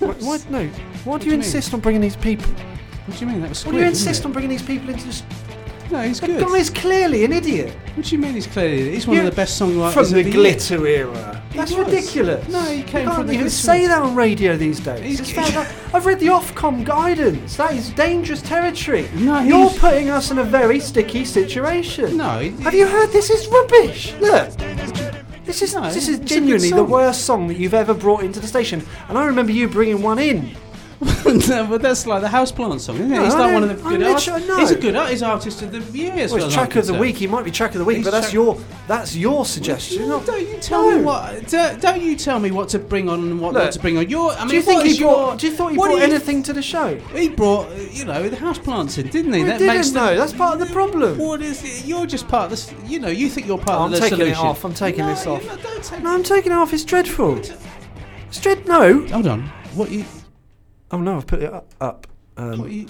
Speaker 1: why, why, no. Why do
Speaker 2: do
Speaker 1: you
Speaker 2: you
Speaker 1: insist on bringing these people?
Speaker 2: What do you mean? That was
Speaker 1: Why
Speaker 2: Squid.
Speaker 1: do you
Speaker 2: wasn't
Speaker 1: insist
Speaker 2: it?
Speaker 1: on bringing these people into this?
Speaker 2: No, he's
Speaker 1: The
Speaker 2: good.
Speaker 1: guy's clearly an idiot.
Speaker 2: What do you mean he's clearly? He's one
Speaker 1: You-
Speaker 2: of the best songwriters
Speaker 1: from
Speaker 2: of
Speaker 1: the
Speaker 2: year.
Speaker 1: glitter era.
Speaker 2: He
Speaker 1: That's
Speaker 2: was.
Speaker 1: ridiculous.
Speaker 2: No, he came
Speaker 1: you can't
Speaker 2: from the
Speaker 1: even
Speaker 2: glitter
Speaker 1: say
Speaker 2: era.
Speaker 1: that on radio these days.
Speaker 2: He's-
Speaker 1: It's found out- I've read the Ofcom guidance. That is dangerous territory.
Speaker 2: No,
Speaker 1: You're
Speaker 2: he's-
Speaker 1: putting us in a very sticky situation.
Speaker 2: No, he-
Speaker 1: Have you heard? This is rubbish. Look. This is
Speaker 2: No,
Speaker 1: this
Speaker 2: it's
Speaker 1: is
Speaker 2: a good
Speaker 1: genuinely the
Speaker 2: song.
Speaker 1: worst song that you've ever brought into the station, and I remember you bringing one in.
Speaker 2: no, but that's like the houseplant song, isn't it?
Speaker 1: No,
Speaker 2: he's
Speaker 1: I
Speaker 2: like one
Speaker 1: don't-
Speaker 2: of the
Speaker 1: I
Speaker 2: good
Speaker 1: literally-
Speaker 2: artists.
Speaker 1: no.
Speaker 2: He's a good art- he's artist of the year. as
Speaker 1: Well, it's
Speaker 2: as
Speaker 1: track
Speaker 2: I'm
Speaker 1: of the
Speaker 2: concerned.
Speaker 1: week. He might be track of the week,
Speaker 2: He's
Speaker 1: but that's
Speaker 2: track-
Speaker 1: your that's your suggestion.
Speaker 2: No,
Speaker 1: not-
Speaker 2: don't you tell
Speaker 1: No.
Speaker 2: me what don't, don't you tell me what to bring on and what
Speaker 1: Look,
Speaker 2: not to bring on. Your I mean,
Speaker 1: do you think
Speaker 2: what
Speaker 1: he
Speaker 2: is your-
Speaker 1: brought? Do you thought he
Speaker 2: what
Speaker 1: brought
Speaker 2: do you-
Speaker 1: anything to the show?
Speaker 2: He brought uh, you know the houseplants in, didn't he?
Speaker 1: We
Speaker 2: that
Speaker 1: didn't
Speaker 2: makes
Speaker 1: know.
Speaker 2: The,
Speaker 1: That's part of the problem.
Speaker 2: What is it? You're just part of this. You know, you think you're part
Speaker 1: Oh,
Speaker 2: of
Speaker 1: I'm
Speaker 2: the
Speaker 1: taking
Speaker 2: solution.
Speaker 1: it off. I'm taking
Speaker 2: No,
Speaker 1: this
Speaker 2: you're
Speaker 1: off.
Speaker 2: not- don't take.
Speaker 1: No, I'm taking it off. It's dreadful. It's dread. No.
Speaker 2: Hold on. What you?
Speaker 1: Oh no, I've put it u- up. Um,
Speaker 2: What you?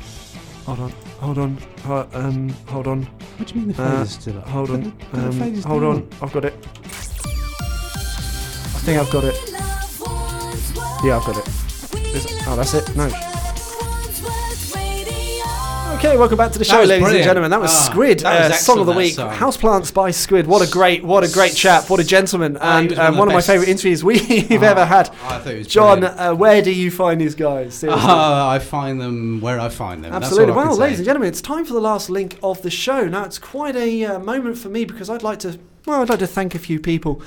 Speaker 1: Hold on. Hold on. Ho- um, hold on.
Speaker 2: What do you mean the
Speaker 1: Uh,
Speaker 2: fade is still up?
Speaker 1: Hold
Speaker 2: Put
Speaker 1: on.
Speaker 2: the- put the
Speaker 1: um,
Speaker 2: fade is
Speaker 1: hold
Speaker 2: down.
Speaker 1: on. I've got it. I think I've got it. Yeah, I've got it. Is it- Oh, that's it. No. Okay, welcome back to
Speaker 2: That
Speaker 1: the show,
Speaker 2: was
Speaker 1: ladies and
Speaker 2: brilliant.
Speaker 1: gentlemen. That was
Speaker 2: Ah,
Speaker 1: Squid,
Speaker 2: that was
Speaker 1: uh, song
Speaker 2: excellent,
Speaker 1: of the
Speaker 2: that
Speaker 1: week,
Speaker 2: song.
Speaker 1: Houseplants by Squid. What a great, what a great chap, what a gentleman,
Speaker 2: Ah, he
Speaker 1: and
Speaker 2: was one
Speaker 1: um,
Speaker 2: of the
Speaker 1: one of my
Speaker 2: best. Ah.
Speaker 1: favourite interviews we've ever had.
Speaker 2: I thought it was
Speaker 1: John,
Speaker 2: brilliant.
Speaker 1: uh, where do you find these guys? Seriously.
Speaker 2: Ah, I find them where I find them.
Speaker 1: Absolutely.
Speaker 2: That's all I
Speaker 1: Well,
Speaker 2: can
Speaker 1: ladies
Speaker 2: say.
Speaker 1: and gentlemen, it's time for the last link of the show. Now, it's quite a uh, moment for me because I'd like to, well, I'd like to thank a few people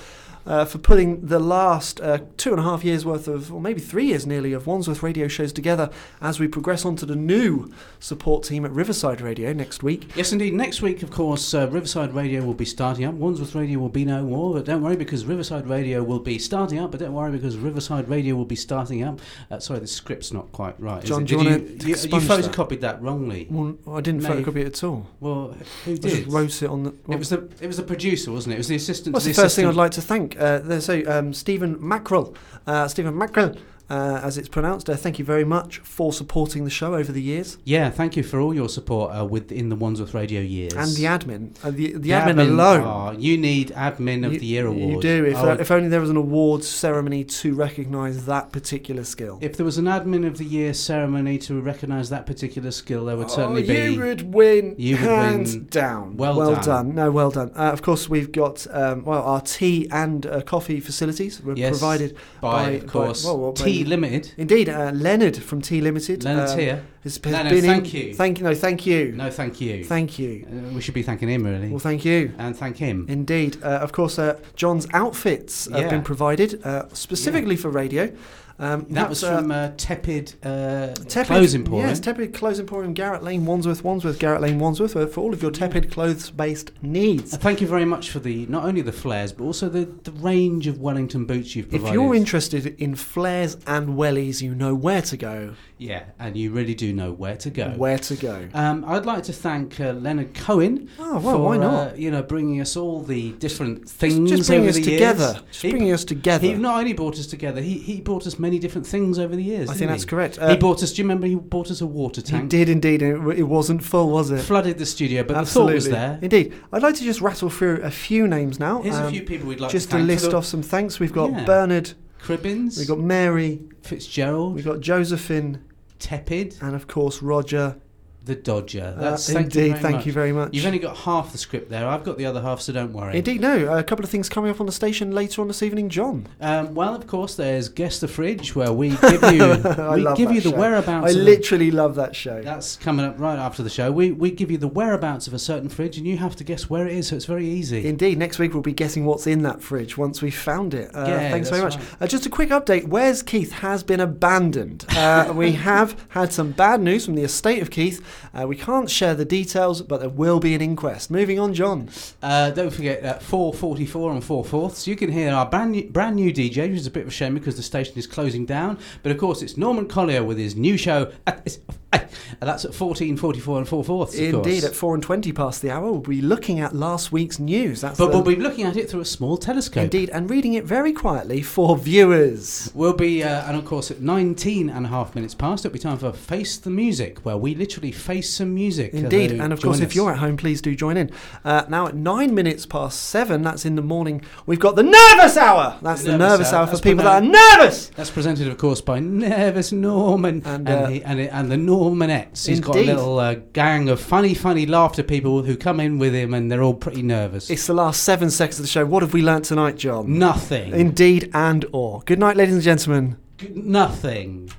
Speaker 1: uh, for putting the last uh, two and a half years worth of, or maybe three years nearly, of Wandsworth radio shows together as we progress on to the new support team at Riverside Radio next week.
Speaker 2: Yes, indeed. Next week, of course, uh, Riverside Radio will be starting up. Wandsworth Radio will be no more, but don't worry because Riverside Radio will be starting up. But don't worry because Riverside Radio will be starting up. Uh, sorry, the script's not quite right. is
Speaker 1: John,
Speaker 2: it?
Speaker 1: do you
Speaker 2: Did
Speaker 1: wanna
Speaker 2: you,
Speaker 1: expunge
Speaker 2: you
Speaker 1: that?
Speaker 2: photocopied that wrongly?
Speaker 1: Well, I didn't
Speaker 2: No,
Speaker 1: photocopy
Speaker 2: you-
Speaker 1: it at all.
Speaker 2: Well, who
Speaker 1: I just
Speaker 2: did?
Speaker 1: wrote it on the.
Speaker 2: it was the it was the producer, wasn't it? It was the assistant.
Speaker 1: What's
Speaker 2: to
Speaker 1: the
Speaker 2: the
Speaker 1: first thing I'd
Speaker 2: assistant.
Speaker 1: like to thank? Uh, there's so um, Stephen Mackrell, uh, Stephen Mackrell uh, as it's pronounced. Uh, thank you very much for supporting the show over the years.
Speaker 2: Yeah, thank you for all your support uh, within the Wandsworth Radio years.
Speaker 1: And the admin. Uh, the, the, admin, alone.
Speaker 2: oh, you need Admin of
Speaker 1: You-
Speaker 2: the Year award.
Speaker 1: You do. If,
Speaker 2: Oh,
Speaker 1: there- if only there was an awards ceremony to recognise that particular skill.
Speaker 2: if there was an Admin of the Year ceremony to recognise that particular skill, there would certainly
Speaker 1: oh,
Speaker 2: be.
Speaker 1: You would win
Speaker 2: You would
Speaker 1: hands
Speaker 2: win.
Speaker 1: down.
Speaker 2: Well
Speaker 1: well
Speaker 2: done.
Speaker 1: done. No, well done. Uh, of course, we've got um, well our tea and uh, coffee facilities were
Speaker 2: Yes,
Speaker 1: provided
Speaker 2: by, of course, Tea Limited.
Speaker 1: Indeed, uh, Leonard from Tea Limited.
Speaker 2: Leonard's
Speaker 1: um,
Speaker 2: here.
Speaker 1: Has, has
Speaker 2: Leonard,
Speaker 1: been in-
Speaker 2: thank you.
Speaker 1: Thank you. No, thank you.
Speaker 2: No, thank you.
Speaker 1: Thank you.
Speaker 2: Uh, we should be thanking him, really.
Speaker 1: Well, thank you.
Speaker 2: And thank him.
Speaker 1: Indeed. Uh, of course, uh, John's outfits have
Speaker 2: Yeah.
Speaker 1: been provided uh, specifically for radio. Um,
Speaker 2: That was
Speaker 1: that's, uh,
Speaker 2: from uh, Tepid, uh,
Speaker 1: Tepid,
Speaker 2: Clothes Emporium.
Speaker 1: Yes, Tepid Clothes Emporium, Garrett Lane, Wandsworth, Wandsworth, Garrett Lane, Wandsworth, uh, for all of your Tepid clothes based needs.
Speaker 2: Mm. Uh, Thank you very much for the not only the flares but also the, the range of Wellington boots you've provided.
Speaker 1: If you're interested in flares and wellies, you know where to go.
Speaker 2: yeah, and you really do know where to go.
Speaker 1: Where to go.
Speaker 2: Um, I'd like to thank uh, Leonard Cohen.
Speaker 1: Oh, well,
Speaker 2: for,
Speaker 1: why not?
Speaker 2: Uh, you know, bringing us all the different things.
Speaker 1: just bringing
Speaker 2: over
Speaker 1: us
Speaker 2: the
Speaker 1: together.
Speaker 2: Years.
Speaker 1: Just bringing us together.
Speaker 2: He not only brought us together, he, he brought us many different things over the years.
Speaker 1: I
Speaker 2: didn't
Speaker 1: think that's
Speaker 2: he?
Speaker 1: correct.
Speaker 2: he
Speaker 1: Uh,
Speaker 2: brought us. Do you remember he brought us a water
Speaker 1: He
Speaker 2: tank?
Speaker 1: did indeed, and it, w- it wasn't full, was it?
Speaker 2: Flooded the studio, but the thought was there.
Speaker 1: Indeed. I'd like to just rattle through a few names now. um,
Speaker 2: Here's a few people we'd like to
Speaker 1: Just
Speaker 2: thank for
Speaker 1: list
Speaker 2: the-
Speaker 1: off some thanks. We've got
Speaker 2: Yeah.
Speaker 1: Bernard
Speaker 2: Cribbins.
Speaker 1: We've got Mary
Speaker 2: Fitzgerald.
Speaker 1: We've got Josephine
Speaker 2: Tepid.
Speaker 1: And of course, Roger.
Speaker 2: The Dodger.
Speaker 1: Uh,
Speaker 2: That's Thank you
Speaker 1: indeed,
Speaker 2: very
Speaker 1: thank
Speaker 2: much.
Speaker 1: you very much.
Speaker 2: You've only got half the script there. I've got the other half, so don't worry.
Speaker 1: Indeed, no. A couple of things coming up on the station later on this evening, John.
Speaker 2: Um, well, of course, there's guess the fridge where we give you
Speaker 1: I
Speaker 2: we
Speaker 1: love
Speaker 2: give
Speaker 1: that
Speaker 2: you the
Speaker 1: show.
Speaker 2: whereabouts.
Speaker 1: I
Speaker 2: of a-
Speaker 1: literally love that show.
Speaker 2: that's coming up right after the show. We we give you the whereabouts of a certain fridge, and you have to guess where it is. So it's very easy.
Speaker 1: Indeed, next week we'll be guessing what's in that fridge once we've found it. Uh,
Speaker 2: Yeah,
Speaker 1: thanks very
Speaker 2: that's
Speaker 1: much. Uh, just a quick update Where's Keith has been abandoned. Uh, we have had some bad news from the estate of Keith. Uh, we can't share the details, but there will be an inquest. Moving on, John.
Speaker 2: Uh, don't forget at 4.44 and 4 fourths, you can hear our brand new, brand new DJ, which is a bit of a shame because the station is closing down. But of course, it's Norman Collier with his new show. and that's at 14.44 and 4 fourths, of
Speaker 1: Indeed,
Speaker 2: course.
Speaker 1: at 4 and 20 past the hour, we'll be looking at last week's news. That's
Speaker 2: But
Speaker 1: the-
Speaker 2: we'll be looking at it through a small telescope.
Speaker 1: Indeed, and reading it very quietly for viewers.
Speaker 2: We'll be, uh, and of course, at 19 and a half minutes past, it'll be time for Face the Music, where we literally face some music.
Speaker 1: Indeed,
Speaker 2: Hello,
Speaker 1: and of
Speaker 2: join
Speaker 1: course,
Speaker 2: us.
Speaker 1: if you're at home, please do join in. Uh, now, at nine minutes past seven, that's in the morning, we've got the Nervous Hour! That's the, Nervous, Hour, for
Speaker 2: That's
Speaker 1: people that are
Speaker 2: presented-
Speaker 1: nervous!
Speaker 2: That's presented, of course, by Nervous Norman and
Speaker 1: uh,
Speaker 2: and, he, and, he- and the Normanettes. He's got a
Speaker 1: Indeed.
Speaker 2: little uh, gang of funny, funny laughter people who come in with him, and they're all pretty nervous.
Speaker 1: It's the last seven seconds of the show. What have we learnt tonight, John?
Speaker 2: Nothing.
Speaker 1: Indeed and or. Good night, ladies and gentlemen.
Speaker 2: Nothing.